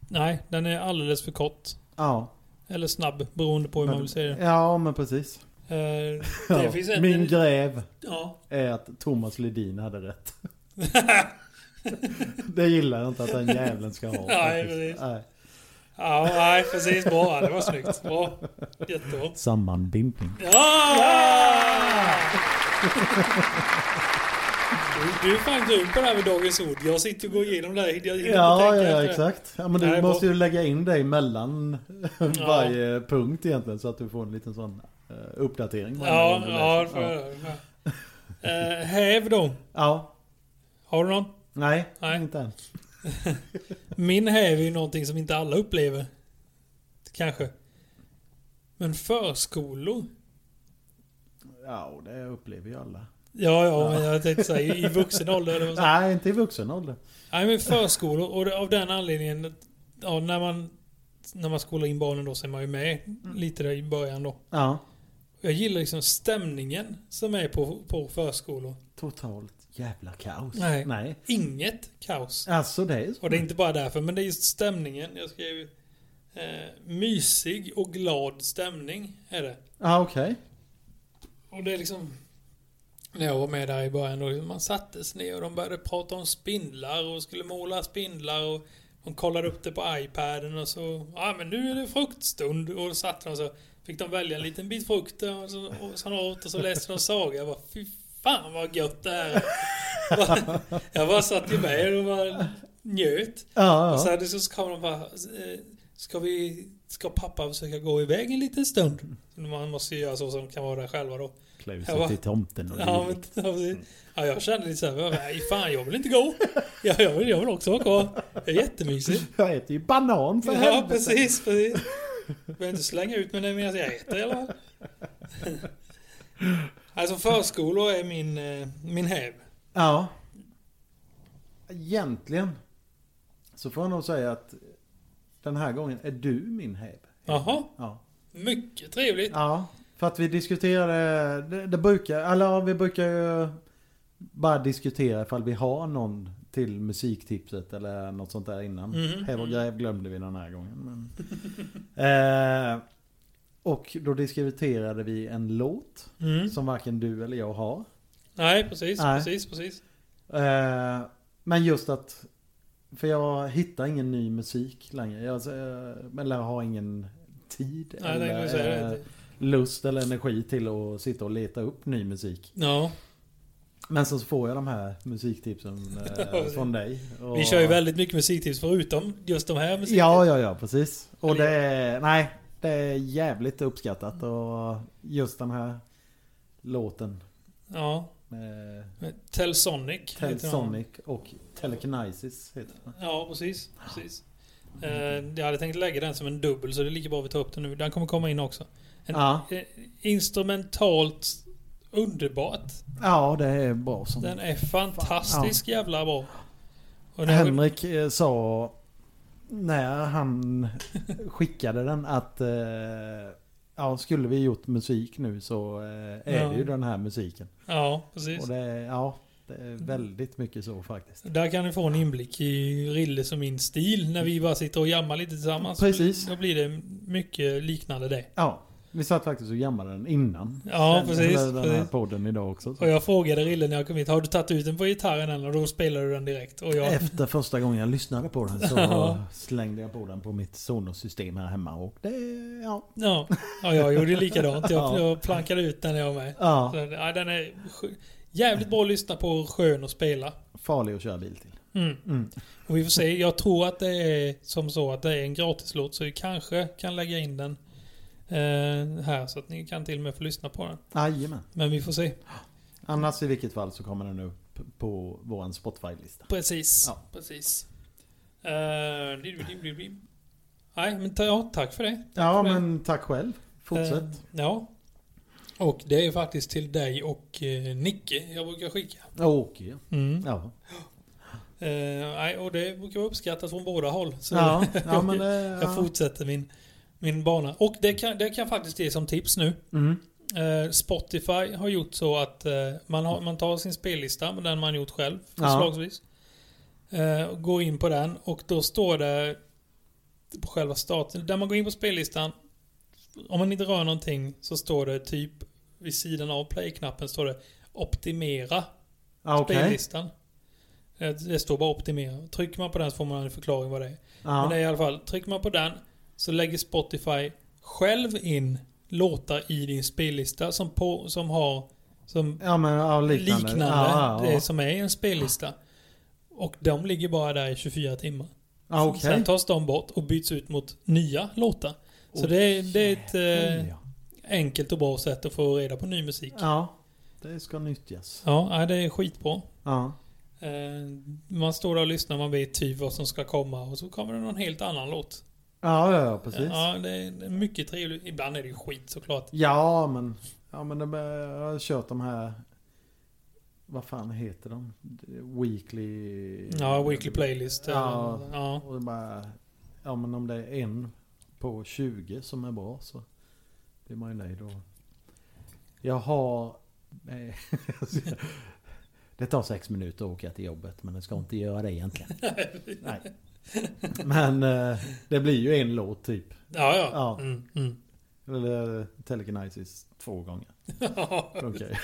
B: nej, den är alldeles för kort.
A: Ja.
B: Eller snabb, beroende på hur man vill se det.
A: Ja, men precis.
B: Eh,
A: Ja.
B: det finns en...
A: Min gräv
B: ja.
A: är att Thomas Ledin hade rätt. det gillar jag inte att den jäveln ska ha.
B: Nej,
A: faktiskt.
B: precis.
A: Nej.
B: ja, nej precis. Bra, det var snyggt. Bra. Jättebra.
A: Sammanbimpning.
B: Ja! Du, du är fan grym på det här med Dagens Ord. Jag sitter och går igenom det här. Jag hinner inte
A: Ja,
B: tänka
A: ja
B: efter.
A: exakt. Ja, men du
B: Nej, bra.
A: måste ju lägga in dig mellan varje punkt egentligen så att du får en liten sån eh, uppdatering. varje gång
B: Ja,
A: du läser.
B: ja, det får jag göra. Eh, Häv då.
A: ja.
B: Har du någon?
A: Nej,
B: Nej.
A: inte än.
B: Min häv är ju någonting som inte alla upplever. Kanske. Men förskolor?
A: Ja, och det upplever ju alla.
B: Ja, ja, men jag tänkte säga i i vuxen ålder. Eller vad som-
A: Nej, inte i vuxen ålder.
B: Nej men förskolor och det- av den anledningen. Ja, när man, när man skolar in barnen då så är man ju med lite där i början då.
A: Ja,
B: Jag gillar liksom stämningen som är på, på förskolor.
A: totalt jävla kaos.
B: Nej.
A: Nej.
B: Inget kaos.
A: Alltså det är så.
B: Och det är inte bara därför, men det är just stämningen. Jag skrev eh, mysig och glad stämning är det.
A: Ja, okej.
B: Och det är liksom... När jag var med där i början då, liksom, man sattes ner och de började prata om spindlar och skulle måla spindlar och de kollade upp det på iPaden och så... Ja ah, men nu är det fruktstund och då satt de och så fick de välja en liten bit frukt och så, och så åt och så läste de saga. Jag bara fy fan vad gött det här är." Jag bara satt ju med och bara njöt.
A: Ja,
B: Och
A: ja.
B: sen så kom de bara... eh, Ska vi... Ska pappa försöka gå iväg en liten stund?
A: Mm.
B: Man måste ju göra så som kan vara där själva då.
A: Klä ut
B: Jag
A: sig
B: bara-
A: till tomten och
B: Ja,
A: ja,
B: men, ja,
A: Mm.
B: precis. ja, jag kände lite såhär, nej fan jag vill inte gå. Ja, jag, vill, jag vill också vara kvar. Det är jättemysigt.
A: Jag äter ju banan för
B: Ja,
A: helvete.
B: precis, precis. Jag behöver inte slänga ut mig medan jag äter i alla fall. Alltså förskolor är min, eh, min häv.
A: Ja. Egentligen så får jag nog säga att den här gången är du min häv.
B: Jaha,
A: Ja.
B: mycket trevligt.
A: ja. För att vi diskuterade, det, det brukar, eller ja, vi brukar ju bara diskutera ifall vi har någon till musiktipset eller något sånt där innan.
B: Mhm.
A: Häv och gräv glömde vi den här gången. Men... eh, och då diskuterade vi en låt
B: Mm.
A: som varken du eller jag har.
B: Nej, precis.
A: Nej.
B: Precis, precis.
A: Eh, men just att... För jag hittar ingen ny musik längre. Jag, eh, eller har ingen tid
B: Nej, jag tänkte säga
A: eller eh,
B: det.
A: lust eller energi till att sitta och leta upp ny musik.
B: Ja.
A: Men sen så får jag de här musiktipsen eh, från dig. Och-
B: Vi kör ju väldigt mycket musiktips förutom just de här musiken.
A: Ja, ja, ja, precis. Och det är, nej, det är jävligt uppskattat. Och just den här låten
B: ja.
A: med
B: Telsonic. heter han.
A: Telsonic och Telekinesis heter den.
B: Ja, precis. precis. Eh, jag hade tänkt lägga den som en dubbel, så det är lika bra att vi tar upp den nu. Den kommer komma in också. En,
A: Ja.
B: eh, instrumentalt underbart.
A: Ja, det är bra som
B: Den är fantastisk jävla bra. Och den-
A: Henrik eh, sa när han skickade den att eh, ja, skulle vi gjort musik nu så eh, är
B: Ja.
A: det ju den här musiken.
B: Ja, precis.
A: Och det, är- ja, det är väldigt mycket så faktiskt.
B: Där kan ni få en inblick i Rilles och min stil när vi bara sitter och jammar lite tillsammans.
A: Precis.
B: Då blir det mycket liknande det.
A: Ja, vi satt faktiskt och jammade den innan.
B: Ja,
A: den,
B: precis,
A: Den här
B: precis.
A: podden idag också. Så.
B: Och jag frågade Rille när jag kom hit, har du tagit ut den på gitarren än? Och då spelade du den direkt. Och jag,
A: Efter första gången jag lyssnade på den så
B: Ja.
A: slängde jag på den på mitt Sonos-system här hemma. Och det, ja.
B: ja, ja, jag gjorde likadant. Jag,
A: Ja.
B: jag plankade ut den jag med. Så,
A: ja,
B: ja, den är skö- jävligt bra att lyssna på och skön att spela.
A: farlig att köra bil till.
B: Mm.
A: Mm.
B: Och vi får se. Jag tror att det är som så att det är en gratislåt så vi kanske kan lägga in den eh, här så att ni kan till och med få lyssna på den.
A: Jajamän.
B: Men vi får se.
A: Annars i vilket fall så kommer den upp på våran Spotify-lista.
B: Precis.
A: Ja.
B: Precis. Eh, blim, blim, blim, blim. Nej, men ta, ja, tack för det.
A: Ja
B: för det.
A: men tack själv. Fortsätt.
B: Eh, ja. Och det är faktiskt till dig och eh, Nicke jag brukar skicka.
A: Okej.
B: Mm.
A: Ja.
B: Eh, nej, och det brukar vara uppskattat från båda håll. Så
A: Ja, ja men eh,
B: jag
A: ja.
B: fortsätter min, min bana. Och det kan, det kan jag faktiskt ge som tips nu.
A: Mm.
B: Eh, Spotify har gjort så att eh, man, har, man tar sin spellista, den man gjort själv
A: Ja.
B: förslagsvis. Eh, och går in på den och då står det på själva starten, där man går in på spellistan, om man inte rör någonting så står det typ vid sidan av play-knappen står det optimera
A: Ja, Ah, Okej.
B: spellistan. Eh, Det står bara optimera. Trycker man på den så får man en förklaring vad det är. Men
A: Ja.
B: det är i alla fall, trycker man på den så lägger Spotify själv in låtar i din spellista som, på, som har som
A: ja men ja, liknande.
B: liknande,
A: Ja, ja, ja.
B: det som är i en spellista. Och de ligger bara där i 24 timmar.
A: Ja, Okej.
B: Sen tas de bort och byts ut mot nya låtar. Så
A: Åh,
B: det, är- det är ett eh,
A: Ja.
B: enkelt och bra sätt att få reda på ny musik.
A: ja. Det ska nyttjas.
B: Ja, nej, det är skitbra.
A: Ja.
B: Eh, Man står där och lyssnar, man vet typ vad som ska komma och så kommer det någon helt annan låt.
A: Ja, ja, ja precis.
B: Ja, det är det är mycket trevligt. Ibland är det ju skit såklart.
A: Ja men. Ja men de, eh, jag har kört de här. Vad fan heter de? Weekly.
B: Ja, Weekly Playlist.
A: Mm. Ja.
B: eller- ja.
A: Och det bara, ja men om det är en på 20 som är bra så blir man ju nöjd. Och jag har... eh, det tar sex minuter att åka till jobbet men det ska inte göra det egentligen. Nej. Men eh, det blir ju en låt typ.
B: Ja, ja.
A: Ja.
B: Mm, mm.
A: Eller eh, Telekinesis två gånger. Okej.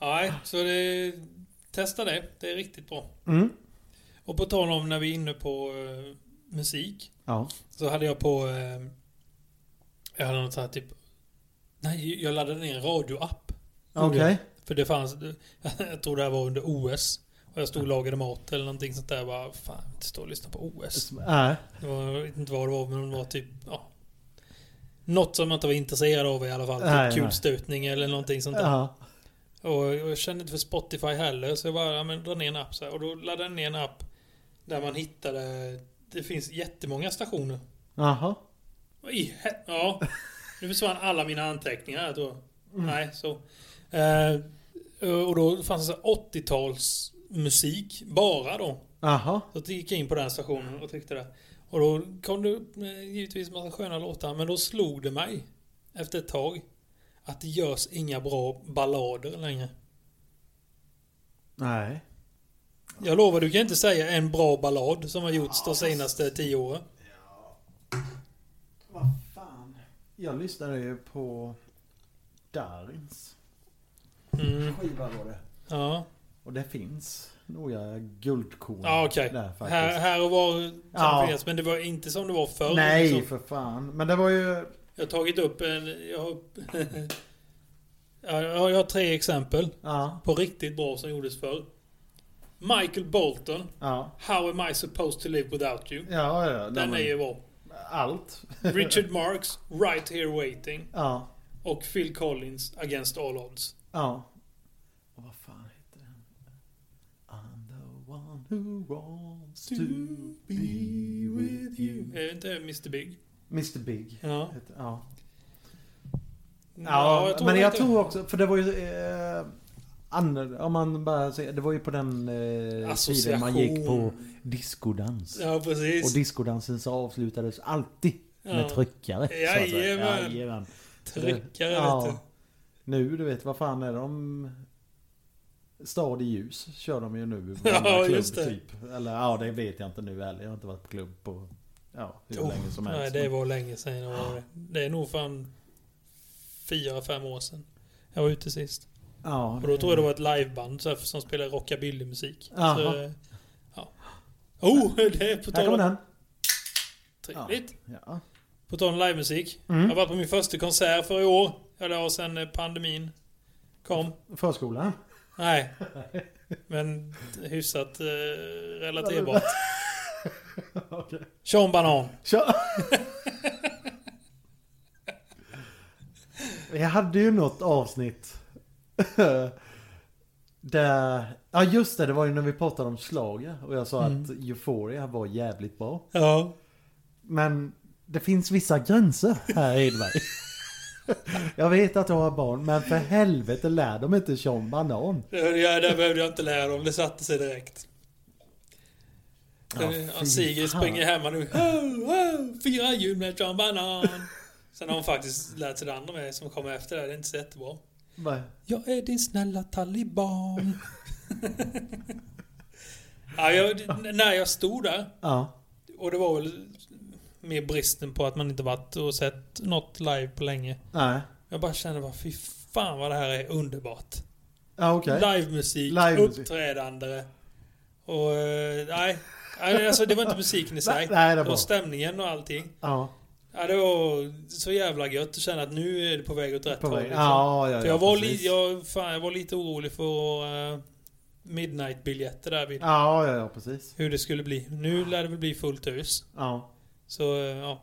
B: Nej, så det... Testa det. Det är riktigt bra.
A: Mm.
B: Och på tal om när vi är inne på eh, musik.
A: Ja.
B: Så hade jag på... eh, jag hade något så här typ... Nej, jag laddade ner en radioapp.
A: Okej.
B: För det fanns... Jag tror det här var under OS. Och jag stod och lagade mat eller någonting sånt där. Jag bara, fan, jag står och lyssnar på OS.
A: Nej.
B: Det var, jag vet inte vad det var, men det var typ... Ja. Något som jag inte var intresserad av i alla fall.
A: Nej,
B: typ
A: nej.
B: kulstötning eller någonting sånt där.
A: Ja.
B: Och, och jag kände inte för Spotify heller, så jag bara ja, men, dra ner en app så här. Och då laddade jag ner en app där man hittade... Det finns jättemånga stationer.
A: Jaha.
B: Vad i hel- Ja. Nu försvann alla mina anteckningar här tror jag.
A: Mm.
B: Nej, så. Eh, och då fanns det så här 80-tals musik bara då.
A: Jaha.
B: Så då gick jag in på den stationen och tyckte det. Och då kom det upp eh, givetvis massa sköna låtar. Men då slog det mig efter ett tag att det görs inga bra ballader längre.
A: Nej.
B: Jag lovar, du kan inte säga en bra ballad som har gjorts de senaste tio åren.
A: Vad fan. Jag lyssnade ju på Darins
B: Mm.
A: skiva var det.
B: Ja,
A: Och det finns några guldkorn
B: ja okej.
A: där faktiskt.
B: Här, här och var kan
A: Ja.
B: finnas, men det var inte som det var förr.
A: Nej
B: liksom.
A: för fan. Men det var ju...
B: Jag har tagit upp en... Jag har, Ja, jag har, jag har tre exempel
A: Ja.
B: på riktigt bra som gjordes förr. Michael Bolton.
A: Ja.
B: How am I supposed to live without you?
A: Ja, ja, ja. Nej,
B: Den är
A: men-
B: ju bra.
A: Allt.
B: Richard Marx, Right Here Waiting.
A: Ja.
B: Och Phil Collins, Against All Odds.
A: Ja. Och vad fan heter den? I'm the one who wants to be with you.
B: Är inte det Mr Big?
A: Mr Big.
B: Ja.
A: heter- Ja. Ja, men jag
B: inte-
A: tror också, för det var ju... Eh, annorlunda- om man bara säger, det var ju på den eh, tiden man gick på discodans.
B: Ja,
A: Och
B: precis.
A: discodansen så avslutades alltid med
B: Ja.
A: tryckare. så att säga.
B: Jajamän.
A: Jajamän.
B: Tryckare, vet
A: Nu, du vet, vad fan är de... Stad i ljus kör de ju nu. på
B: Ja,
A: alla
B: just det.
A: Typ. Eller ja, det vet jag inte nu heller. Jag har inte varit på klubb på ja, hur
B: Oh,
A: länge som
B: Nej,
A: helst.
B: det var länge sedan. jag var det. Det är nog fan fyra, fem år sedan. Jag var ute sist.
A: ja,
B: Och då tror jag det var ett liveband så här, som spelade rockabillymusik.
A: Jaha.
B: Så, eh, ja. Oh, det är på
A: Här
B: tal
A: kommer
B: om...
A: den.
B: Trevligt.
A: Ja.
B: På tal om livemusik.
A: Mm.
B: Jag var på min första konsert för i år. Eller ja, sen eh, pandemin kom.
A: Förskolan.
B: Nej. Men hyfsat eh, relaterbart.
A: Okej.
B: Sean Banan.
A: Kör! Jag hade ju något avsnitt. Där... Ja just det, det var ju när vi pratade om slager Och jag sa att Euphoria var jävligt bra.
B: Ja.
A: Men det finns vissa gränser här Edvard. jag vet att jag har barn, men för helvete lär dem inte Sean Banan.
B: Det, det där behövde jag inte lära om. Det satte sig direkt.
A: Ja,
B: Eh,
A: fy
B: Ja, Sigrid
A: fan.
B: springer hemma nu. Ho, ho, Fira jul med Sean Banan. Sen har hon faktiskt lärt sig det andra med som kommer efter det. här. Det är inte så jättebra.
A: Va?
B: Jag är din snälla taliban. ja, jag, när jag stod där.
A: Ja.
B: Och det var väl mer bristen på att man inte varit och sett något live på länge.
A: Nej.
B: Jag bara kände bara fy fan vad det här är underbart.
A: Ja okej.
B: Livemusik,
A: Livemusik.
B: uppträdande. Och eh, nej. Nej, Alltså det var inte musiken i sig.
A: Nej, nej, det
B: Det var
A: var...
B: stämningen och allting.
A: Ja.
B: Ja, det var så jävla gött att känna att nu är det på väg åt rätt
A: På
B: håll.
A: väg.
B: liksom.
A: Ja, ja, ja.
B: För jag, var
A: precis.
B: li- jag, fan, jag var lite orolig för eh, midnight-biljetter där vid.
A: Ja, ja, ja, precis.
B: Hur det skulle bli. Nu lär det väl bli fullt hus.
A: Ja.
B: Så, eh, ja.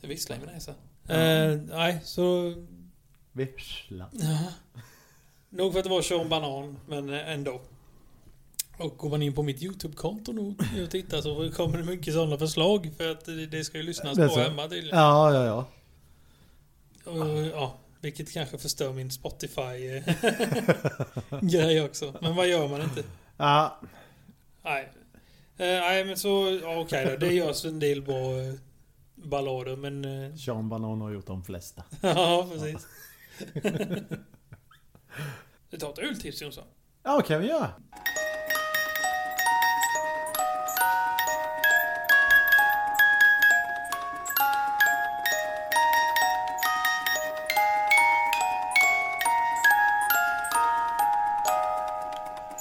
B: Det visslar i min näsa. Eh, nej, så...
A: Vissla.
B: Ja. Nog för att det var Sean Banan, men eh, ändå. Och går man in på mitt YouTube-konto nu och tittar så kommer det mycket sådana förslag. För att det det ska ju lyssnas
A: Det är
B: på
A: så.
B: hemma tydligen.
A: Ja, ja, ja.
B: Och, ja, vilket kanske förstör min Spotify-grej också. Men vad gör man inte?
A: Ja,
B: Nej. Eh, nej, men så... Ja, okej då. Det görs en del bra eh, ballader, men... eh,
A: Sean Banan har gjort de flesta.
B: Ja, precis. Vi tar ett öltips Jonsson.
A: Ja, kan vi göra.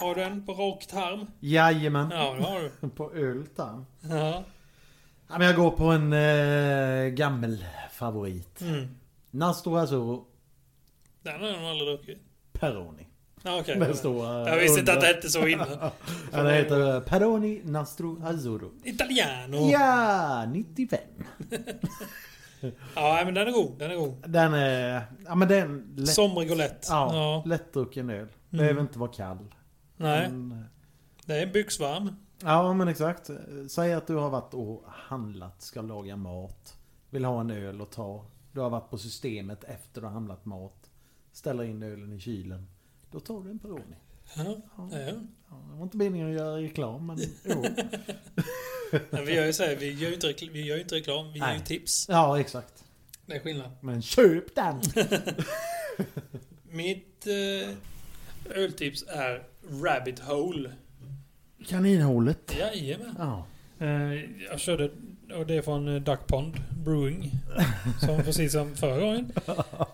B: Har du en på rak tarm?
A: Jajamän.
B: Ja, det har du.
A: På öltan.
B: Ja.
A: Ja, men jag går på en eh, gammel favorit.
B: Mm.
A: Nastro Azzurro
B: Den har jag nog aldrig druckit.
A: Peroni.
B: Ja, okej.
A: Den stora...
B: Jag visste inte att det
A: under-
B: hette så innan.
A: Ja, det heter eh, Peroni Nastro Azzurro.
B: Italiano.
A: Ja, 95.
B: Ja, nej, men den är god. Den är god.
A: Den är... Ja, men den... Lätt,
B: Somrig och lätt.
A: ja,
B: Ja.
A: lättdrucken öl. Behöver inte vara kall.
B: Mm. Nej,
A: Men, eh,
B: det är en byxvarm.
A: Ja men exakt. Säg att du har varit och handlat, ska laga mat. Vill ha en öl att ta. Du har varit på systemet efter du har handlat mat. Ställer in ölen i kylen. Då tar du en Peroni.
B: Ja, ja.
A: Ja, det var inte meningen att göra reklam men jo.
B: Men vi gör ju så här, vi gör ju inte, rekl- vi gör ju inte reklam, vi ger ju
A: Nej.
B: tips.
A: Ja exakt.
B: Det är skillnad.
A: Men köp den!
B: Mitt eh, öltips är Rabbit Hole.
A: Kaninhålet.
B: Jajamän.
A: Ja.
B: Eh, Jag körde Och det är från Duck Pond Brewing. Som precis som förra gången.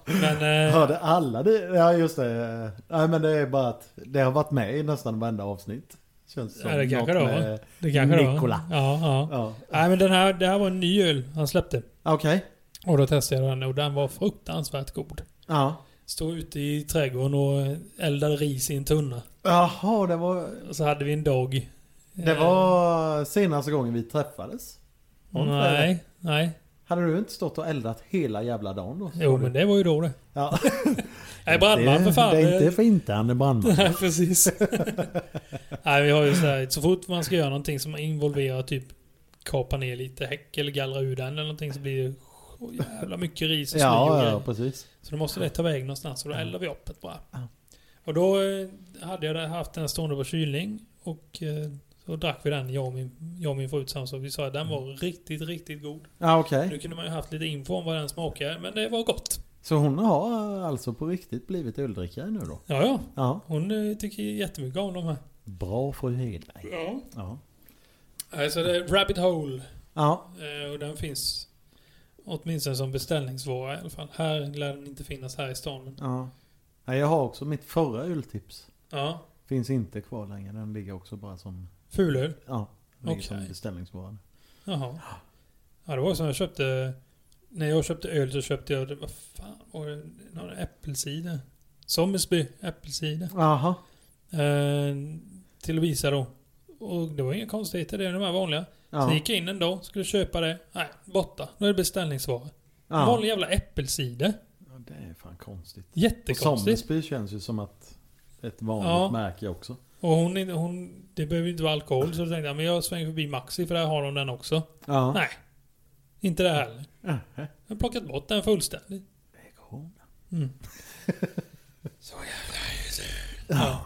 B: Men... Eh,
A: Hörde alla det? Ja just det. Nej men det är bara att det har varit med i nästan varenda avsnitt. Känns som
B: Ja, det kanske
A: något
B: det har.
A: med-
B: det kanske det var.
A: Nikola.
B: Ja, ja.
A: Ja.
B: Nej men den här, det här var en ny öl han släppte.
A: Okej.
B: Och då testade jag den och den var fruktansvärt god.
A: Ja.
B: Stod ute i trädgården och eh, eldade ris i en tunna.
A: Jaha, det var,
B: Och så hade vi en dog.
A: det
B: Eh.
A: var senaste gången vi träffades. Var det inte det?
B: Eh, Nej, nej.
A: Hade du inte stått och eldat hela jävla dagen då?
B: Jo men det var ju då det.
A: Ja.
B: Jag är brandman för fan.
A: Det är inte för inte han är brandman.
B: Nej, precis. Nej, vi har ju så här, så fort man ska göra någonting som involverar typ kapa ner lite häck eller gallra ur den eller någonting så blir det så jävla mycket ris och snö och
A: Ja,
B: grejer.
A: ja, precis.
B: Så då måste det ta väg någonstans och då eldar vi upp det bara.
A: Ja.
B: Och då eh, hade jag där haft den stående på kylning och eh, så drack vi den, jag och min, jag och min fru tillsammans. Och vi sa att den var
A: Mm.
B: riktigt, riktigt god.
A: Ja, okej.
B: Nu kunde man ju haft lite info om vad den smakar, men det var gott.
A: Så hon har alltså på riktigt blivit öldrickare nu då?
B: Ja, ja.
A: Ja.
B: Hon eh, tycker jättemycket om de här.
A: Bra fru Hedberg.
B: Ja.
A: Ja.
B: Alltså det är Rabbit Hole.
A: Ja.
B: Eh, Och den finns åtminstone som beställningsvara i alla fall. Här lär den inte finnas här i stan. Men,
A: ja. Nej, jag har också mitt förra öltips.
B: ja,
A: Finns inte kvar längre. Den ligger också bara som,
B: fulöl.
A: ja, ligger som
B: Okej.
A: beställningsvara.
B: Jaha. Ja, det var som jag köpte... När jag köpte öl så köpte jag... det- Vad fan var det? Någon äppelcider. Sommersby äppelcider.
A: Jaha.
B: Eh, till Lovisa då. Och det var inga konstigheter. Det är de här vanliga.
A: Ja.
B: Så gick jag in en dag, skulle köpa det. Nej, borta. Då är det beställningsvara.
A: ja.
B: Vanlig jävla äppelcider.
A: Ja, Det är fan konstigt. Och
B: Jättekonstigt.
A: Sommersby känns ju som att ett vanligt
B: Ja.
A: märke också.
B: Och hon, är- hon, det behöver ju inte vara alkohol så då tänkte jag men jag svänger förbi Maxi för där har de den också.
A: Ja.
B: Nej, inte det heller.
A: Nej.
B: Jag har plockat bort den fullständigt. Mm. så jävla ja.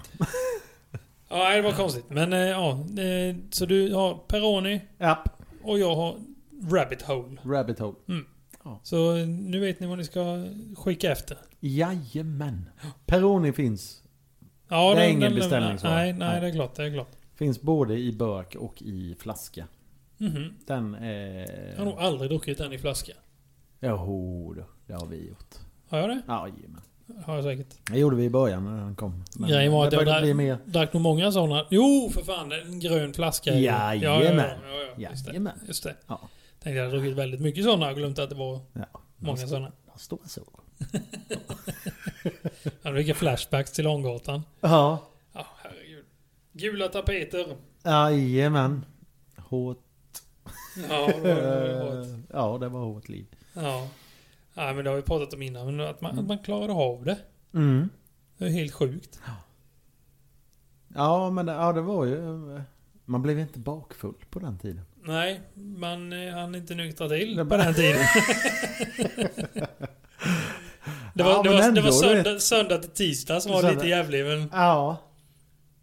B: ja, nej, det var konstigt. Men eh, ja, eh, så du har Peroni
A: App.
B: och jag har Rabbit Hole.
A: Rabbit hole.
B: Så eh, nu vet ni vad ni ska skicka efter.
A: Jajamän. Peroni finns.
B: Ja,
A: Det är
B: den-
A: ingen
B: den-
A: beställningsvara.
B: Nej, nej,
A: Nej.
B: det är klart. Det är klart.
A: Finns både i burk och i flaska.
B: Mhm.
A: Den
B: Jag har nog
A: är...
B: aldrig druckit den i flaska.
A: Joho, då, det har vi gjort.
B: Har jag det?
A: Jajamän.
B: Har jag säkert.
A: Det gjorde vi i början när den kom. Men
B: Grejen var att
A: det
B: jag
A: började
B: drack-
A: bli mer.
B: Drack nog många sådana. Jo, för fan. En grön flaska. är ju- Ja, ja,
A: Jajamän.
B: ja, ja, ja, just det.
A: Jajamän.
B: Just det.
A: Ja.
B: Tänkte jag hade druckit väldigt mycket sådana och glömt att det var
A: Ja.
B: många sådana.
A: De stora så.
B: Han fick flashbacks till Långgatan.
A: Ja.
B: Ja, herregud. Gula tapeter.
A: Jajamän. Hårt. Eh,
B: Ja, det var- det var ett-
A: Ja, det var hårt liv.
B: ja. Nej, men det har vi pratat om innan. Men att man, att man klarade av det.
A: Mm.
B: Det är helt sjukt.
A: Ja, men det, ja, det var ju... eh, Man blev inte bakfull på den tiden.
B: Nej, man eh, hann inte nyktra till
A: Det
B: på den tiden. det var,
A: Ja,
B: det
A: men
B: var, det
A: ändå,
B: var
A: du
B: söndag, söndag till tisdag som var
A: Söndag.
B: lite jävlig. Men...
A: Ja.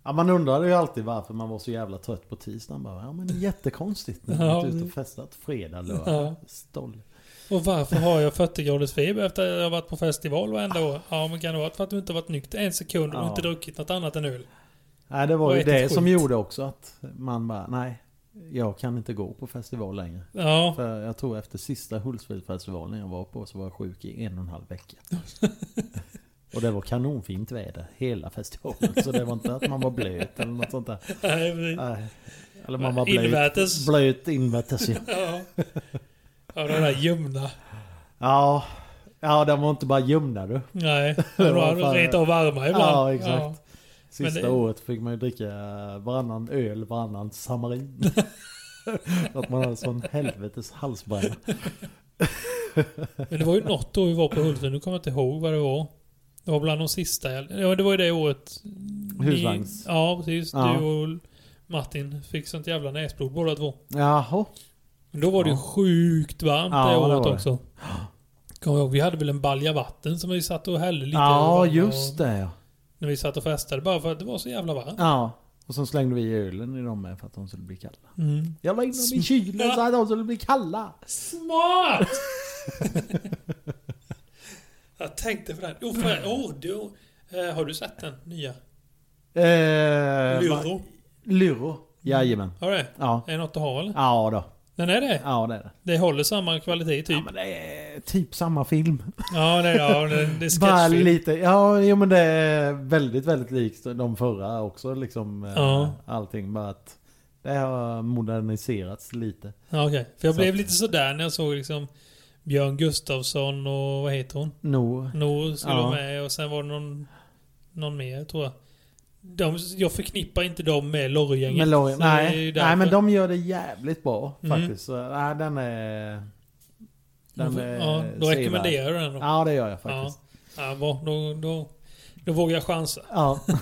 A: ja. Man undrade ju alltid varför man var så jävla trött på tisdagen. Bara, ja, men det är jättekonstigt när man
B: Ja,
A: varit ute
B: men-
A: och festat fredag,
B: Ja.
A: lördag. Stoll.
B: Och varför har jag 40 graders feber efter att jag har varit på festival varenda år? Ja, men kan det vara för att du inte har varit nykter en sekund och
A: Ja.
B: inte druckit något annat än öl?
A: Nej, det var
B: Och
A: ju
B: ätit
A: det som
B: skit.
A: gjorde också att man bara, nej, jag kan inte gå på festival längre.
B: Ja,
A: För jag tror efter sista Hultsfredsfestivalen jag var på så var jag sjuk i en och en halv vecka. och det var kanonfint väder hela festivalen. Så det var inte att man var blöt eller något sånt där.
B: nej, precis.
A: Nej. Eller man var blöt.
B: Invärtes.
A: Blöt invärtes. ja.
B: Ja. ja, den där ljumna.
A: Ja. Ja, den var inte bara ljumna du.
B: Nej,
A: Det
B: de
A: var
B: var
A: fan-
B: rent av varma ibland.
A: Ja, exakt.
B: Men
A: Sista
B: det-
A: året fick man ju dricka varannan öl, varannan samarin. att man hade sån helvetes halsbränna.
B: Ja. Men det var ju något då vi var på Hultsfred, nu kommer jag inte ihåg vad det var. Det var bland de sista. jag- Ja, det var ju det året. ni-
A: Husvagns.
B: Ja, precis.
A: Ja.
B: Du och Martin fick sånt jävla näsblod båda två.
A: Jaha.
B: Men då var det ju
A: Ja.
B: sjukt varmt
A: Ja,
B: det
A: det
B: året
A: var det.
B: också. Kommer jag ihåg, vi hade väl en balja vatten som vi satt och hällde lite över
A: Ja,
B: varandra
A: just
B: och,
A: det ja.
B: När vi satt och festade bara för att det var så jävla varmt.
A: Ja. Och sen slängde vi ölen i dem med för att de skulle bli kalla.
B: Mm.
A: Jag la in dem i kylen så att de skulle bli kalla.
B: Smart! jag tänkte på den. Jo, för, oh, du, eh, har du sett den nya?
A: Eh, va-
B: Lyro?
A: Eh, Lyro. Jajamän.
B: Har du det?
A: Ja.
B: Är det något att ha eller?
A: Ja då.
B: Den är det.
A: Ja, det är det.
B: Det håller samma kvalitet typ.
A: Ja, men det är typ samma film.
B: Ja, det är, ja, det det är
A: Bara
B: sketchfilm.
A: lite. Ja, jo, men det är väldigt, väldigt likt de förra också. Liksom, eh,
B: Ja.
A: Allting bara att det har moderniserats lite.
B: Ja, okej. För jag
A: Så
B: blev
A: att-
B: lite sådär när jag såg liksom Björn Gustafsson och vad heter hon?
A: No.
B: Nour skulle
A: Ja.
B: vara med och sen var det någon, någon mer tror jag. De, jag förknippar inte dem med Lorry-gänget.
A: Men Lorien,
B: Så det är ju
A: nej,
B: därför.
A: nej, men de gör det jävligt bra
B: Mm.
A: faktiskt. Så, nej, den är... Den är
B: ja, då
A: sevärd.
B: rekommenderar jag den då. Ja.
A: Ja, det gör jag faktiskt.
B: bra. Då, då, då vågar jag chansa.
A: Ja, ja.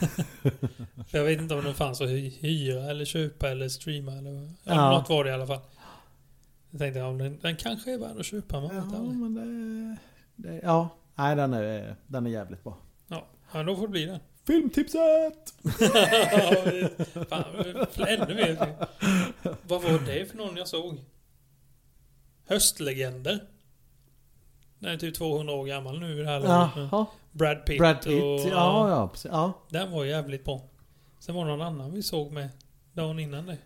B: För jag vet inte om den fanns att hy- hyra eller köpa eller streama eller ja,
A: Ja.
B: något var det i alla fall. Jag tänkte ja, den, den kanske är värd att köpa. Man vet aldrig.
A: men det, det... Ja, nej, den är, den är jävligt bra.
B: Ja, ja, då får det bli den.
A: Filmtipset!
B: Fan, ännu mer. typ. Vad var det för någon jag såg? Höstlegender. Den är typ 200 år gammal nu vid det här laget.
A: Jaha.
B: Brad Pitt.
A: Brad Pitt.
B: och-
A: Ja, ja, precis. Ja.
B: Den var jävligt bra. Sen var det någon annan vi såg med dagen innan det.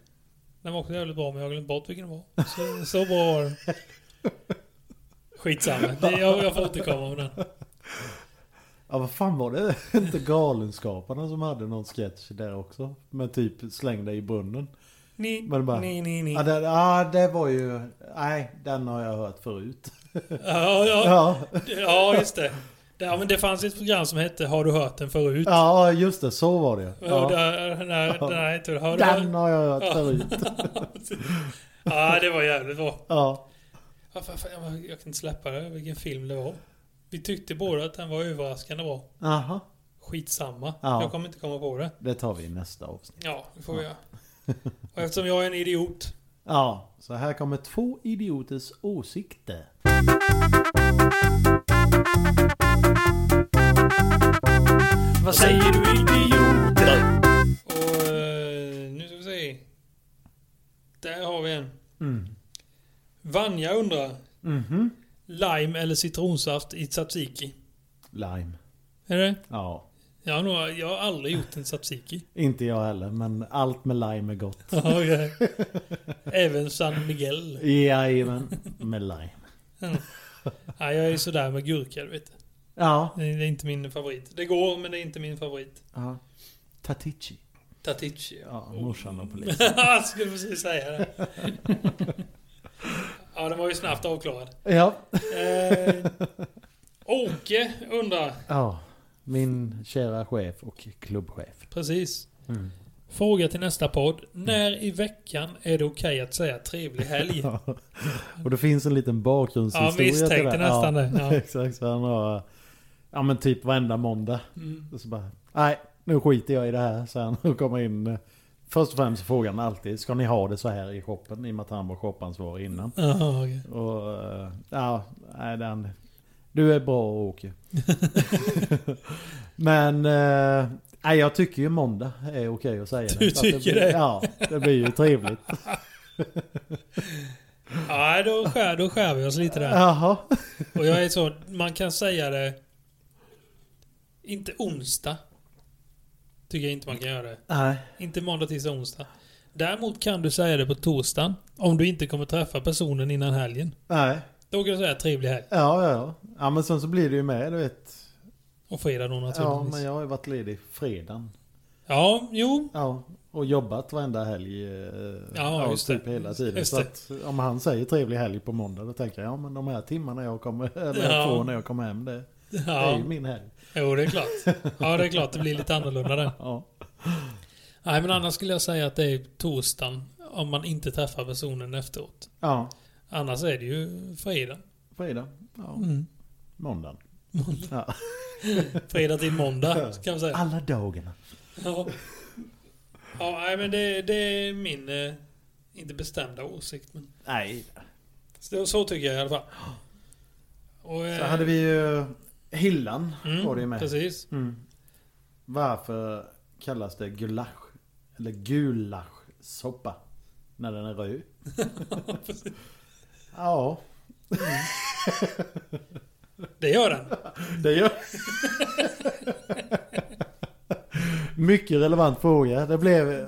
B: Den var också jävligt bra men jag har glömt bort vilken det var. Så, så bra var den. Skitsamma. Det, jag, jag får återkomma med den.
A: Ja vad fan var det? Inte Galenskaparna som hade någon sketch där också? Med typ släng dig i brunnen.
B: Ni,
A: Men bara-
B: ni, ni, ni.
A: Ja det, ja det var ju... Nej, den har jag hört förut.
B: Ja, ja,
A: Ja,
B: Ja, just det. Det- Ja, men det fanns ett program som hette Har du hört den förut?
A: ja just det. Så var det
B: Och
A: ja.
B: där, den här, den här heter Har du
A: Den
B: hört?
A: har jag
B: Ja.
A: hört förut.
B: Ja, det var jävligt bra.
A: Ja.
B: Ja, fan, fan, jag- Jag kan inte släppa det, vilken film det var. Vi tyckte båda att den var överraskande bra.
A: Aha.
B: Skitsamma.
A: Ja.
B: Jag kommer inte komma på det.
A: Det tar vi i nästa avsnitt.
B: Ja, det får vi göra. Och eftersom jag är en idiot.
A: Ja, så här kommer två idioters åsikter.
B: Vad säger du idioter? Och eh, nu ska vi se. Där har vi en.
A: Mm.
B: Vanja undrar.
A: Mhm.
B: Lime eller citronsaft i tzatziki?
A: Lime.
B: Är det?
A: Ja.
B: Jag har, nog, jag har aldrig gjort en tzatziki.
A: Inte jag heller, men allt med lime är gott.
B: Okej. Även San Miguel.
A: Jajamän. Med lime.
B: Nej, jag är sådär med gurka, du vet.
A: Ja.
B: Det är inte min favorit. Det går, men det är inte min favorit.
A: ja. Tatici.
B: Tatici.
A: Ja, morsan och polisen.
B: Jag skulle precis säga det. ja, den var ju snabbt avklarad.
A: Ja.
B: Eh, Åke undrar.
A: ja. Min kära chef och klubbchef.
B: Precis.
A: Mm.
B: Fråga till nästa podd. När i veckan är det okej att säga trevlig helg?
A: Ja. Och det finns en liten
B: Ja,
A: bakgrundshistoria
B: misstänkte nästan
A: ja.
B: det. Ja.
A: Exakt, så han har... Ja men typ varenda måndag.
B: Mm.
A: Och så bara, nej nu skiter jag i det här. Så han kommer in. eh, Först och främst frågar han alltid, ska ni ha det så här i shoppen? I och med att han var shoppansvarig innan.
B: Jaha, okej.
A: Och eh, ja, nej den... Du är bra Åke. Men eh, nej, jag tycker ju måndag är okej att säga.
B: Du
A: Så att det
B: tycker
A: blir,
B: det?
A: Ja, det blir ju trevligt.
B: Nej, då skär, då skär vi oss lite där.
A: Jaha.
B: Och jag är så, man kan säga det... Inte onsdag. Tycker jag inte man kan göra det.
A: Nej.
B: Inte måndag, tisdag, onsdag. Däremot kan du säga det på torsdagen. Om du inte kommer träffa personen innan helgen.
A: Nej.
B: Då kan du säga trevlig helg.
A: Ja, ja, ja. Ja, men sen så blir det ju med, du vet.
B: Och fredag då
A: Ja,
B: naturligtvis.
A: men
B: Ja,
A: jag har ju varit ledig fredagen.
B: jo.
A: Ja. Och jobbat varenda helg. eh,
B: Ja, just
A: typ
B: det.
A: hela tiden.
B: Just
A: Så att om han säger trevlig helg på måndag, då tänker jag, ja men de här timmarna jag kommer, eller
B: Ja.
A: jag får när jag kommer hem, det, det är
B: Ja,
A: ju min helg.
B: jo, det är klart. Ja, det är klart. Det blir lite annorlunda där.
A: Ja.
B: Nej, men annars skulle jag säga att det är torsdagen. Om man inte träffar personen efteråt.
A: Ja,
B: Annars är det ju fredag.
A: fredag. Ja,
B: Mm.
A: måndagen. Ja.
B: Fredag till måndag kan man säga.
A: Alla dagarna.
B: Ja. Ja, nej, men det, det är min, eh, inte bestämda åsikt, men
A: Nej,
B: så, så tycker jag i alla fall. Och, eh,
A: så hade vi ju Hillan
B: mm,
A: var det ju med.
B: Precis.
A: Mm. Varför kallas det gulasch? Eller gulaschsoppa? När den är röd? ja,
B: Det gör den.
A: det gör Mycket relevant fråga. Det blev...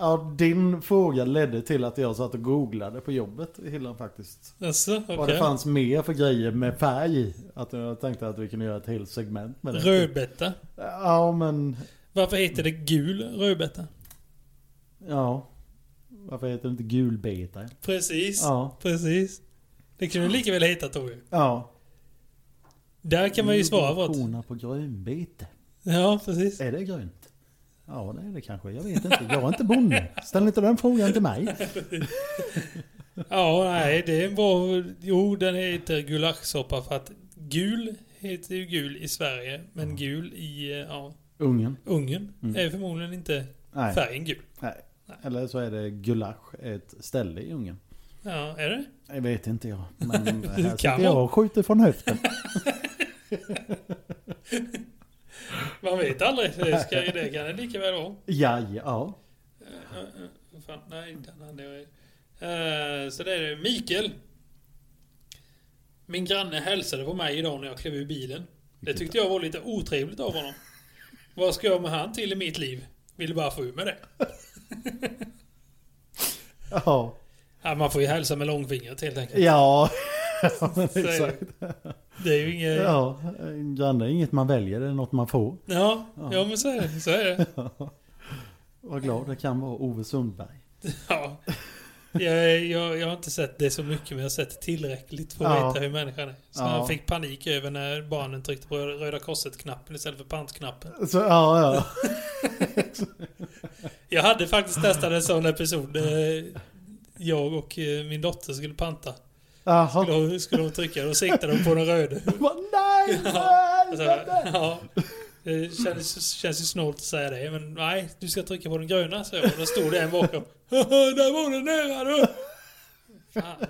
A: ja, din fråga ledde till att jag satt och googlade på jobbet i hyllan faktiskt.
B: Jaså, okej.
A: Vad det fanns mer för grejer med färg. Att jag tänkte att vi kunde göra ett helt segment med det.
B: Rödbeta.
A: Ja, men...
B: Varför heter det gul rödbeta?
A: Ja. Varför heter det inte gulbeta?
B: Precis.
A: Ja.
B: Precis. Det kunde du lika väl heta Tobbe.
A: Ja.
B: Där kan man ju svara på det.
A: Korna på grönbete.
B: Ja, precis.
A: Är det grönt? Ja, det är det kanske. Jag vet inte. Jag är inte bonde. Ställ inte den frågan till mig.
B: Ja, nej, det är en bra... Jo, den heter gulaschsoppa för att gul heter ju gul i Sverige, men
A: Mm.
B: gul i eh, ja,
A: Ungen.
B: Ungern
A: Mm.
B: är förmodligen inte
A: Nej.
B: färgen gul.
A: Nej. Eller så är det gulasch, ett ställe i Ungern.
B: Ja, är det?
A: Jag vet inte jag. Men här sitter
B: Kan
A: jag och skjuter från höften.
B: Man vet aldrig. Det, ska, det kan det lika väl vara.
A: Ja, ja.
B: Eh, eh, eh, fan, nej, den hade jag ju. Eh, Så det är det. Mikael. Min granne hälsade på mig idag när jag klev ur bilen. Det tyckte jag var lite otrevligt av honom. Vad ska jag med han till i mitt liv? Vill bara få ur med det.
A: Ja.
B: Ja, man får ju hälsa med långfingret helt enkelt.
A: Ja. ja men
B: Så-
A: exakt.
B: Det är ju inget... Ja,
A: Ja. en Granne är inget man väljer, det är något man får.
B: ja, men så är det. Så är det.
A: Vad glad det kan vara Ove Sundberg.
B: Ja. Jag, jag, jag har inte sett det så mycket men jag har sett tillräckligt för att
A: Ja.
B: veta hur människan är. Så
A: Ja.
B: han fick panik över när barnen tryckte på Röda Korset-knappen istället för pantknappen.
A: Så, ja, ja.
B: Jag hade faktiskt testat en sån episod. eh, Jag och eh, min dotter skulle panta.
A: Jaha.
B: Skulle, skulle hon trycka och siktade hon på den röda.
A: Vad- Nej! nej,
B: Alltså,
A: nej, nej.
B: ja, det känns, känns ju snålt att säga det, men nej, du ska trycka på den gröna, så jag. Och då stod det en bakom. Haha, där var den nära du! Fan.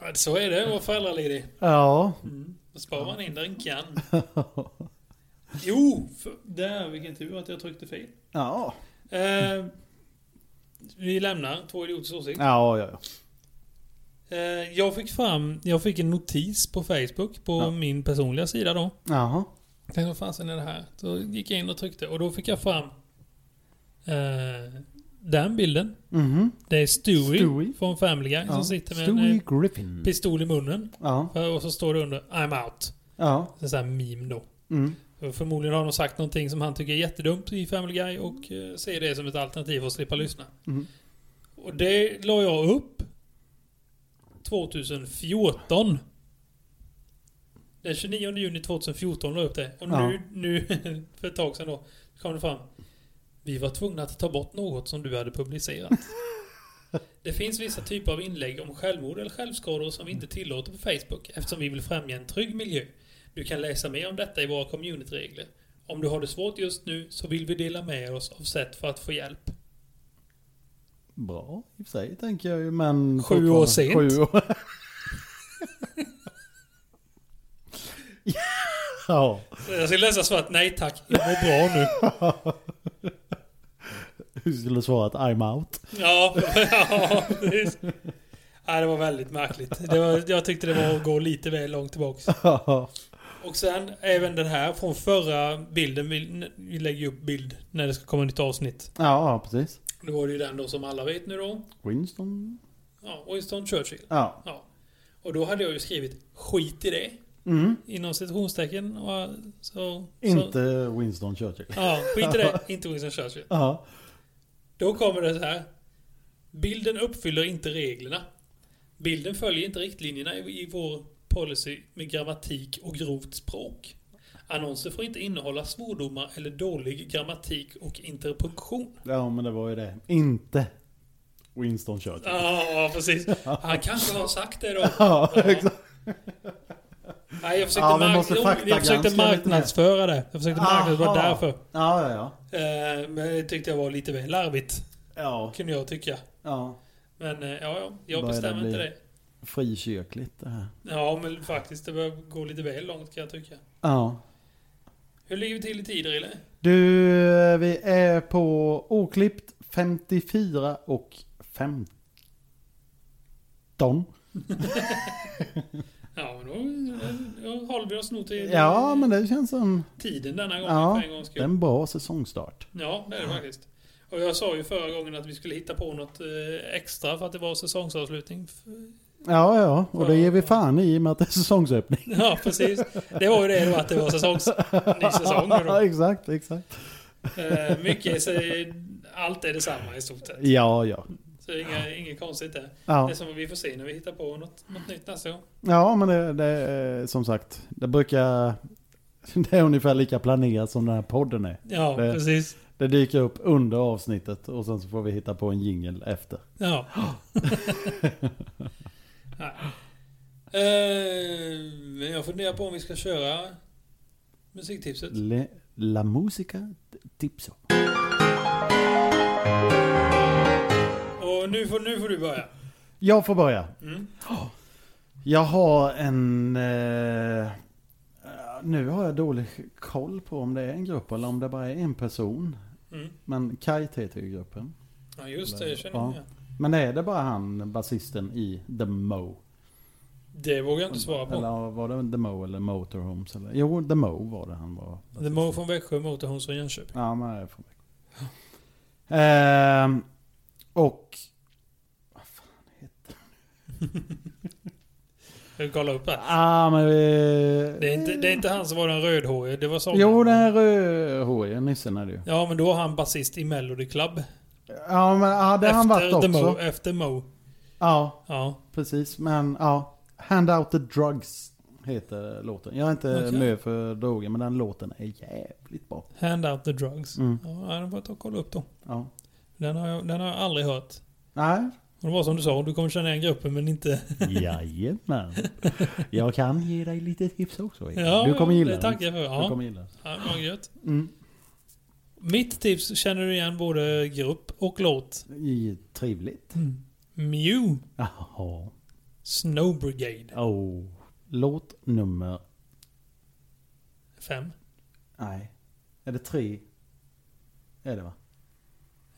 B: Ja, Så är det att vara föräldraledig.
A: Ja.
B: Då sparar man in där den kan. Jo, för, där, vilken tur att jag tryckte fel.
A: Ja.
B: Eh, vi lämnar två idioters åsikt.
A: Ja, ja, ja.
B: Eh, jag fick fram, jag fick en notis på Facebook, på
A: Ja.
B: min personliga sida då.
A: Jaha.
B: Jag tänkte, vad fasen är det här? Så gick jag in och tryckte och då fick jag fram eh, den bilden.
A: Mhm.
B: Det är Stewie,
A: Stewie.
B: från Family Guy
A: Ja.
B: som sitter med en
A: Stewie
B: eh,
A: Griffin.
B: pistol i munnen.
A: Ja.
B: Eh, Och så står det under I'm out.
A: Ja.
B: Det är så här meme då.
A: Mm.
B: Och Förmodligen har de sagt någonting som han tycker är jättedumt i Family Guy och eh, ser det som ett alternativ för att slippa lyssna.
A: Mm.
B: Och det la jag upp 2014. Den 29 juni 2014 la jag upp det. Och
A: Ja.
B: nu, nu för ett tag sedan då, kom det fram. Vi var tvungna att ta bort något som du hade publicerat. det finns vissa typer av inlägg om självmord eller självskador som vi inte tillåter på Facebook eftersom vi vill främja en trygg miljö. Du kan läsa mer om detta i våra communityregler. Om du har det svårt just nu så vill vi dela med oss av sätt för att få hjälp.
A: Bra i och för sig tänker jag ju men...
B: Sju år
A: fortfarande-
B: sent.
A: Sju år. ja.
B: Jag ska läsa svart. Nej tack, jag mår bra nu.
A: Du skulle svara att I'm out.
B: Ja, ja precis. Nej, det var väldigt märkligt. Det var, jag tyckte det var att gå lite väl långt tillbaks. Och sen även den här från förra bilden. Vi, vi lägger ju upp bild när det ska komma nytt avsnitt.
A: ja, precis.
B: Då var det ju den då som alla vet nu då.
A: Winston.
B: Ja, Winston Churchill.
A: Ja.
B: Ja. Och då hade jag ju skrivit skit i det.
A: Mm.
B: Inom citationstecken. Och så, Så,
A: Inte Winston Churchill.
B: ja, skit i det. Inte Winston Churchill.
A: Ja.
B: Då kommer det så här. Bilden uppfyller inte reglerna. Bilden följer inte riktlinjerna i i vår policy med grammatik och grovt språk. Annonser får inte innehålla svordomar eller dålig grammatik och interpunktion.
A: Ja, men det var ju det. Inte Winston Churchill.
B: Ja, precis. Han kanske har sagt det då.
A: Ja, exakt.
B: Nej, jag försökte,
A: Ja, vi
B: mark-
A: måste
B: jo,
A: faktagranska
B: jag försökte
A: lite mer.
B: marknadsföra det. Jag försökte marknadsföra det
A: Aha.
B: därför.
A: Ja, ja, ja.
B: Eh, Men det tyckte jag var lite väl larvigt.
A: Ja,
B: Kunde jag tycka.
A: ja.
B: Men eh, ja, ja.
A: Börjar
B: Jag
A: det
B: bestämmer inte
A: bli-
B: det.
A: Frikyrkligt det här.
B: Ja, men faktiskt. Det börjar gå lite väl långt kan jag tycka.
A: Ja.
B: Hur ligger vi till i tider, eller?
A: Du, vi är på oklippt 54 och 15.
B: Ja, men då, då håller vi oss nog till
A: Ja, men det känns som
B: tiden denna gången
A: Ja,
B: för en gångs skull.
A: det är en bra säsongstart.
B: Ja, det är det faktiskt. Och jag sa ju förra gången att vi skulle hitta på något eh, extra för att det var säsongsavslutning.
A: Ja, ja, och det ger vi fan i i och med att det är säsongsöppning.
B: Ja, precis. Det var ju det då att det var säsongs... Ny säsong nu då.
A: exakt, exakt.
B: Eh, Mycket är sig... Allt är detsamma i stort sett.
A: Ja, ja.
B: Så det är inga, inget konstigt där. Det
A: Ja,
B: är som vi får se när vi hittar på något, något nytt nästa gång.
A: ja men det, det är som sagt, det brukar... Det är ungefär lika planerat som den här podden är.
B: Ja,
A: Det-
B: precis.
A: Det dyker upp under avsnittet och sen så får vi hitta på en jingle efter.
B: Ja. Nej. Eh, men jag funderar på om vi ska köra musiktipset.
A: Le, la musica tipso.
B: Och nu får, nu får du börja.
A: Jag får börja.
B: Mm.
A: Jag har en... Eh, nu har jag dålig koll på om det är en grupp eller om det bara är en person.
B: Mm.
A: Men Kite heter ju gruppen.
B: Ja, just det. Jag känner
A: Ja.
B: igen.
A: Men är det bara han, basisten i The Mo?
B: Det vågar jag inte svara på.
A: Eller var det The Mo eller Motorhomes? Eller? Jo, The Mo var det han var.
B: The Mo från Växjö mot hon från Jönköping.
A: Ja, men det är från Växjö. Ehm, och... Vad fan heter
B: Jag vill kolla upp det.
A: ah, men... eh,
B: Det är, inte, det är inte han som var den rödhåriga. Det var så.
A: Jo, den här eh, rödhåriga nissen är det ju.
B: Ja, men då var han basist i Melody Club.
A: Ja, men ja, det har han varit
B: The
A: också.
B: Mo, efter Mo.
A: Ja,
B: Ja.
A: precis. Men ja, Hand Out The Drugs heter låten. Jag är inte
B: Okej.
A: nöjd för droger, men den låten är jävligt bra.
B: Hand out the drugs.
A: Mm.
B: Ja, den får jag ta och kolla upp då.
A: Ja.
B: Den har jag, den har jag aldrig hört.
A: Nej.
B: Och det var som du sa, du kommer känna igen gruppen men inte...
A: Jajamän. Jag kan ge dig lite tips också. Erik.
B: Ja,
A: du kommer gilla
B: det. tackar jag för.
A: den. Du
B: Ja,
A: kommer gilla den.
B: ja det var gött.
A: Mm.
B: Mitt tips känner du igen både grupp och låt.
A: I- Trevligt.
B: Mew,
A: Jaha.
B: Snow Brigade
A: Oh. Låt nummer...
B: 5.
A: Nej. Är det tre? Är det va?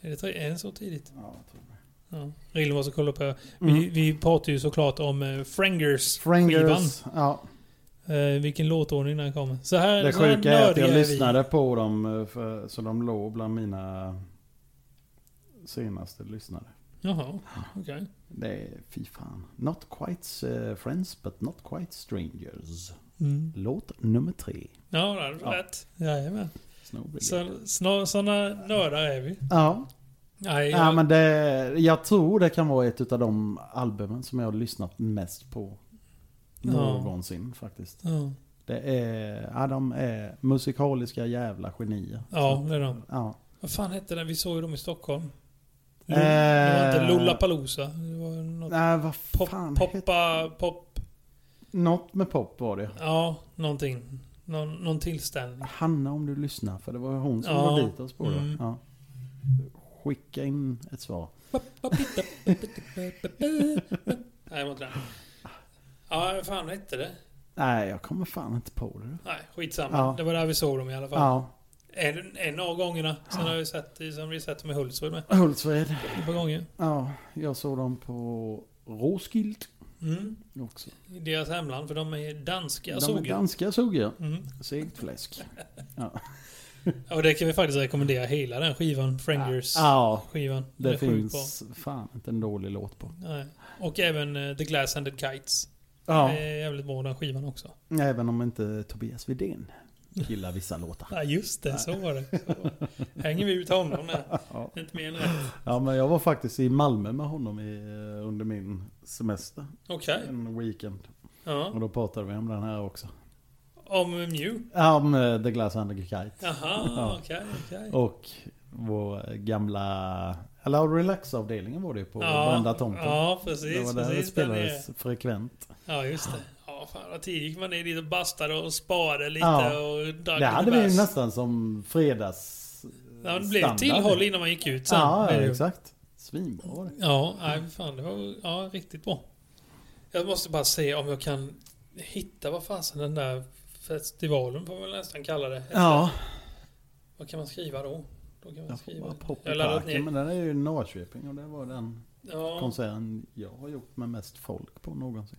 B: Är det tre? Är det så tidigt?
A: Ja, jag tror det.
B: Ja. Rillen måste kolla upp här. Vi,
A: Mm.
B: vi pratar ju såklart om eh, Frangers. skivan.
A: Frangers. Ja,
B: Eh, vilken låtordning den kommer. Så här,
A: Det
B: så här
A: sjuka är att
B: nördiga
A: jag
B: vi.
A: lyssnade på dem eh, för, så de låg bland mina senaste lyssnare.
B: Jaha, okej.
A: Det är, fy fan. Not quite eh, friends but not quite strangers.
B: Mm.
A: Låt nummer tre.
B: Ja, det hade du
A: Ja.
B: rätt. Jajamän.
A: Snowbrigade.
B: Så, sådana nördar är vi.
A: Ja,
B: Nej,
A: ja men det, jag tror det kan vara ett av de albumen som jag har lyssnat mest på.
B: Ja.
A: Någonsin faktiskt.
B: ja.
A: Det är, ja, de är musikaliska jävla genier.
B: ja, det är de.
A: Ja.
B: Vad fan hette den? Vi såg ju dem i Stockholm.
A: Eh.
B: Lo- Det var inte Lollapalooza. Det var något
A: Nej, vad
B: pop,
A: fan hette-
B: poppa, pop...
A: Något med pop var det.
B: Ja, någonting. Någon, någon tillställning.
A: Hanna om du lyssnar, för det var hon som
B: Ja.
A: var dit oss på det.
B: Mm.
A: Ja. Skicka in ett svar.
B: Nej, det var inte den. Ja, vad fan hette det?
A: Nej, jag kommer fan inte på det.
B: Nej, skitsamma.
A: Ja.
B: Det var där vi såg dem i alla fall.
A: Ja,
B: En, en av gångerna. Sen har vi sett, sen har vi sett dem i Hultsfred med.
A: Hultsfred.
B: Ett par gånger.
A: Ja, jag såg dem på Roskilde
B: Mm.
A: också.
B: I deras hemland, för de är danska,
A: De är
B: såg jag.
A: ganska sugiga.
B: Mm.
A: Segt fläsk.
B: Ja, och det kan vi faktiskt rekommendera. Hela den skivan, Frangers.
A: Ja,
B: skivan.
A: det,
B: Den är sjukt bra.
A: finns fan inte en dålig låt på.
B: Nej. Och även eh, The Glass and the Kites.
A: Ja,
B: Det är jävligt bra den skivan också.
A: även om inte Tobias Widén gillar vissa låtar.
B: Ja just det, så var det. Så var det. Hänger vi ut honom där.
A: Ja.
B: Inte mer än rätt.
A: ja, men jag var faktiskt i Malmö med honom i, eh, under min semester.
B: Okej.
A: En weekend.
B: Ja.
A: Och då pratade vi om den här också.
B: Om Mew.
A: Ja, Om eh, The Glass Under the Kite.
B: Jaha,
A: Ja.
B: okej, okej.
A: Och vår eh, gamla... Eller relaxavdelningen var det ju på Brända Tomten.
B: Ja,
A: det var
B: precis.
A: där det
B: precis där nere.
A: spelades frekvent.
B: Ja, just det. Ja, fan vad tidigt gick man ner dit och bastade och sparade lite
A: Ja.
B: och drack
A: Det
B: lite
A: hade vi
B: bärs.
A: ju nästan som fredags...
B: Ja, det blev
A: standard.
B: tillhåll innan man gick ut sen.
A: Ja,
B: Det är ju-
A: exakt. Svinbra var det.
B: Ja, nej fan det var ja, riktigt bra. Jag måste bara se om jag kan hitta vad fasen den där festivalen får man väl nästan kalla det.
A: Ja,
B: Vad kan man skriva då? Då kan man
A: jag får
B: skriva...
A: bara poppa
B: Jag
A: i
B: laddar ner.
A: parken. Men den är ju i Norrköping och det var den
B: Ja,
A: konserten jag har gjort med mest folk på någonsin.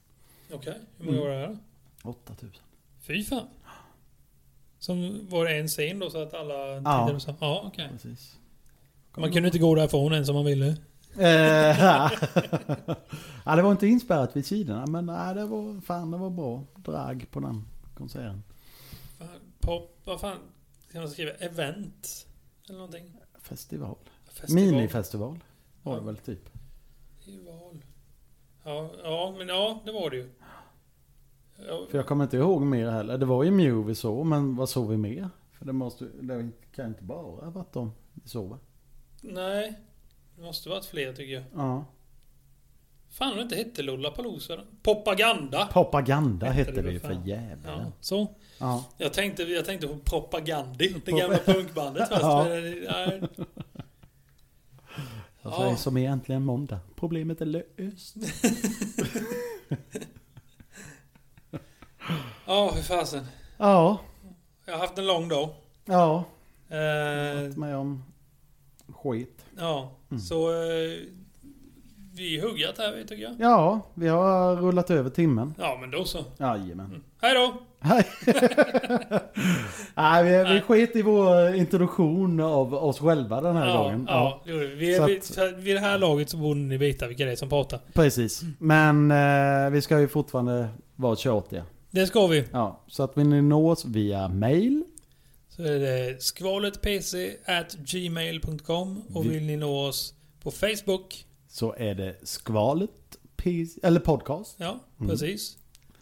B: Okej, hur många
D: Mm.
B: var det här?
D: 8000.
B: Fy fan. Som var det en scen då så att alla tittade och sa, ja okej.
D: Precis.
B: Man kunde inte gå därifrån ens om man ville.
D: Eh, ja, det var inte inspärrat vid sidorna men nej, det var fan det var bra drag på den konserten.
B: Fan, Pop, vad fan kan man skriva? Event? Eller någonting?
D: Festival.
B: Festival.
D: Minifestival var det väl typ.
B: Festival. Ja, ja, men ja, det var det ju. Ja,
D: För jag kommer inte ihåg mer heller. Det var ju Mew vi såg men vad såg vi mer? För det, måste, det kan inte bara ha varit dem vi såg va?
B: Nej. Det måste varit fler tycker jag.
D: Ja.
B: Fan, det inte hette Lollapalooza då? Propaganda!
D: Propaganda
B: Hette
D: hette
B: det
D: det ju
B: väl fan.
D: för jävlar.
B: Ja, så.
D: Ja.
B: Jag tänkte, jag tänkte på Propagandi, det gamla punkbandet fast
D: Ja.
B: men, nej.
D: Alltså, det är
B: Ja.
D: Som är äntligen måndag. Problemet är löst.
B: Ja, hur fasen.
D: Ja.
B: Jag har haft en lång dag.
D: Ja.
B: Eh,
D: Med om skit.
B: ja,
D: Mm.
B: så eh, vi är huggat här vi, tycker jag.
D: Ja, vi har rullat över timmen.
B: Ja, men då så.
D: Jajamän.
B: Hej då!
D: Hej. Nej, vi, vi skit i vår introduktion av oss själva den här
B: Ja,
D: gången.
B: ja, det gjorde vi. Vi,
D: Så
B: vi,
D: att-
B: så vid det här laget så borde ni veta vilka det är som pratar.
D: Precis. Men eh, vi ska ju fortfarande vara tjatiga.
B: Det ska vi.
D: Ja, så att vill ni nå oss via mail.
B: Så är det skvaletpc@gmail.com och
D: Vi-
B: vill ni nå oss på Facebook.
D: Så är det skvalet. P- Eller podcast.
B: Ja,
D: Mm.
B: precis.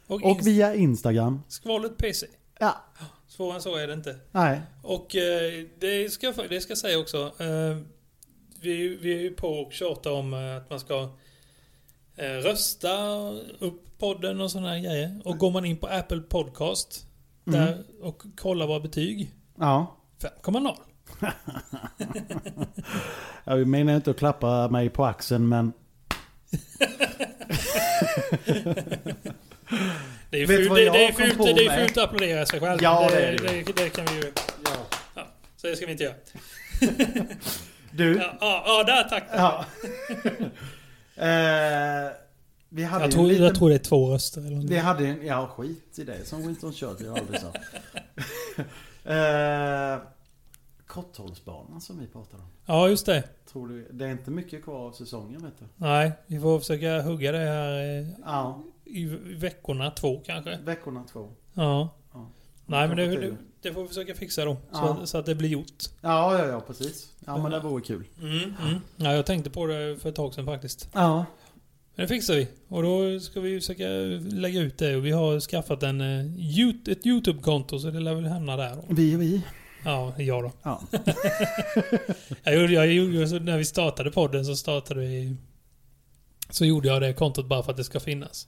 B: Och,
D: Och
B: och vi...
D: via Instagram.
B: skvaletpc.
D: Ja,
B: Svårare än så är det inte.
D: nej.
B: Och eh, det ska jag det ska jag säga också. Eh, vi, är ju- vi är ju på och tjatar om eh, att man ska eh, rösta upp podden och sådana här grejer. Och går man in på Apple Podcast
D: Mm.
B: där och kollar våra betyg.
D: Ja.
B: 5,0.
D: Jag menar inte att klappa mig på axeln men...
B: Det är
D: Vet du
B: fult
D: vad
B: det,
D: jag
B: det är
D: kom
B: fult-
D: på
B: det är
D: med?
B: fult att applådera sig själv.
D: Ja, det
B: det,
D: är det. Mm.
B: det, det kan vi ju. Ja, så det ska vi inte göra.
D: Du?
B: Ja, ja, ja där tack.
D: Ja. eh, vi hade
B: Jag
D: ju
B: tror,
D: en liten...
B: jag tror det är två röster eller
D: Vi
B: någonting.
D: hade en... Ja, skit i det som Winston Churchill aldrig sa. eh, Korthållsbanan som vi pratade om.
B: Ja, just det.
D: Tror du... Det är inte mycket kvar av säsongen vet du.
B: Nej, vi får försöka hugga det här eh,
D: Ja,
B: i i veckorna två kanske.
D: veckorna två.
B: Ja.
D: Ja.
B: Nej men det,
D: Kanske
B: det,
D: tio.
B: det får vi försöka fixa då. Så,
D: Ja.
B: att, så att det blir gjort.
D: Ja, ja, ja precis. Ja, men det vore kul.
B: Mm, mm. Ja, jag tänkte på det för ett tag sedan faktiskt.
D: Ja.
B: Men det fixar vi. Och då ska vi försöka lägga ut det. Och vi har skaffat en, eh, Yout- ett YouTube-konto så det lär väl hamna där då.
D: Vi och vi.
B: Ja, jag då.
D: Ja.
B: Jag gjorde, jag gjorde så när vi startade podden så startade vi... Så gjorde jag det kontot bara för att det ska finnas.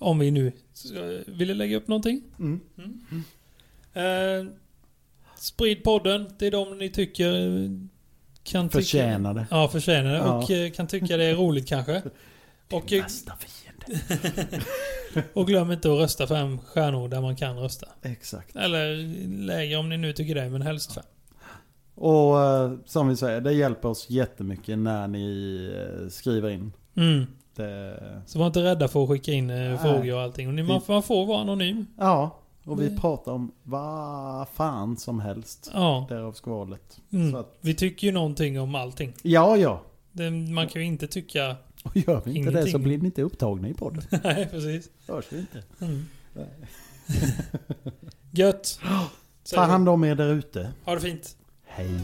B: Om vi nu ska, ville lägga upp någonting.
D: Mm.
B: Eh, sprid podden till de ni tycker eh, kan tycka-
D: Förtjänar det.
B: Ja, förtjänar det.
D: Ja.
B: Och eh, kan tycka det är roligt kanske. Och, eh,
D: Värsta fiende.
B: och glöm inte att rösta fem stjärnor där man kan rösta.
D: Exakt.
B: Eller lägre om ni nu tycker det, men helst fem.
D: Och eh, som vi säger, det hjälper oss jättemycket när ni eh, skriver in.
B: Mm.
D: Det,
B: Så var inte rädda för att skicka in eh,
D: Nej.
B: frågor och allting. Och ni, man, man får vara anonym.
D: ja, och vi
B: Det-
D: pratar om vad fan som helst.
B: Ja.
D: Därav skvalet. Så
B: Mm.
D: att,
B: Vi tycker ju någonting om allting.
D: ja, ja.
B: Det, man kan ju inte tycka...
D: Och gör vi inte det så
B: Ingenting.
D: blir ni inte upptagna i podden.
B: Nej, precis.
D: Hörs vi inte.
B: Mm.
D: Nej.
B: Gött!
D: Ta hand om er där ute.
B: Ha det fint!
D: Hej.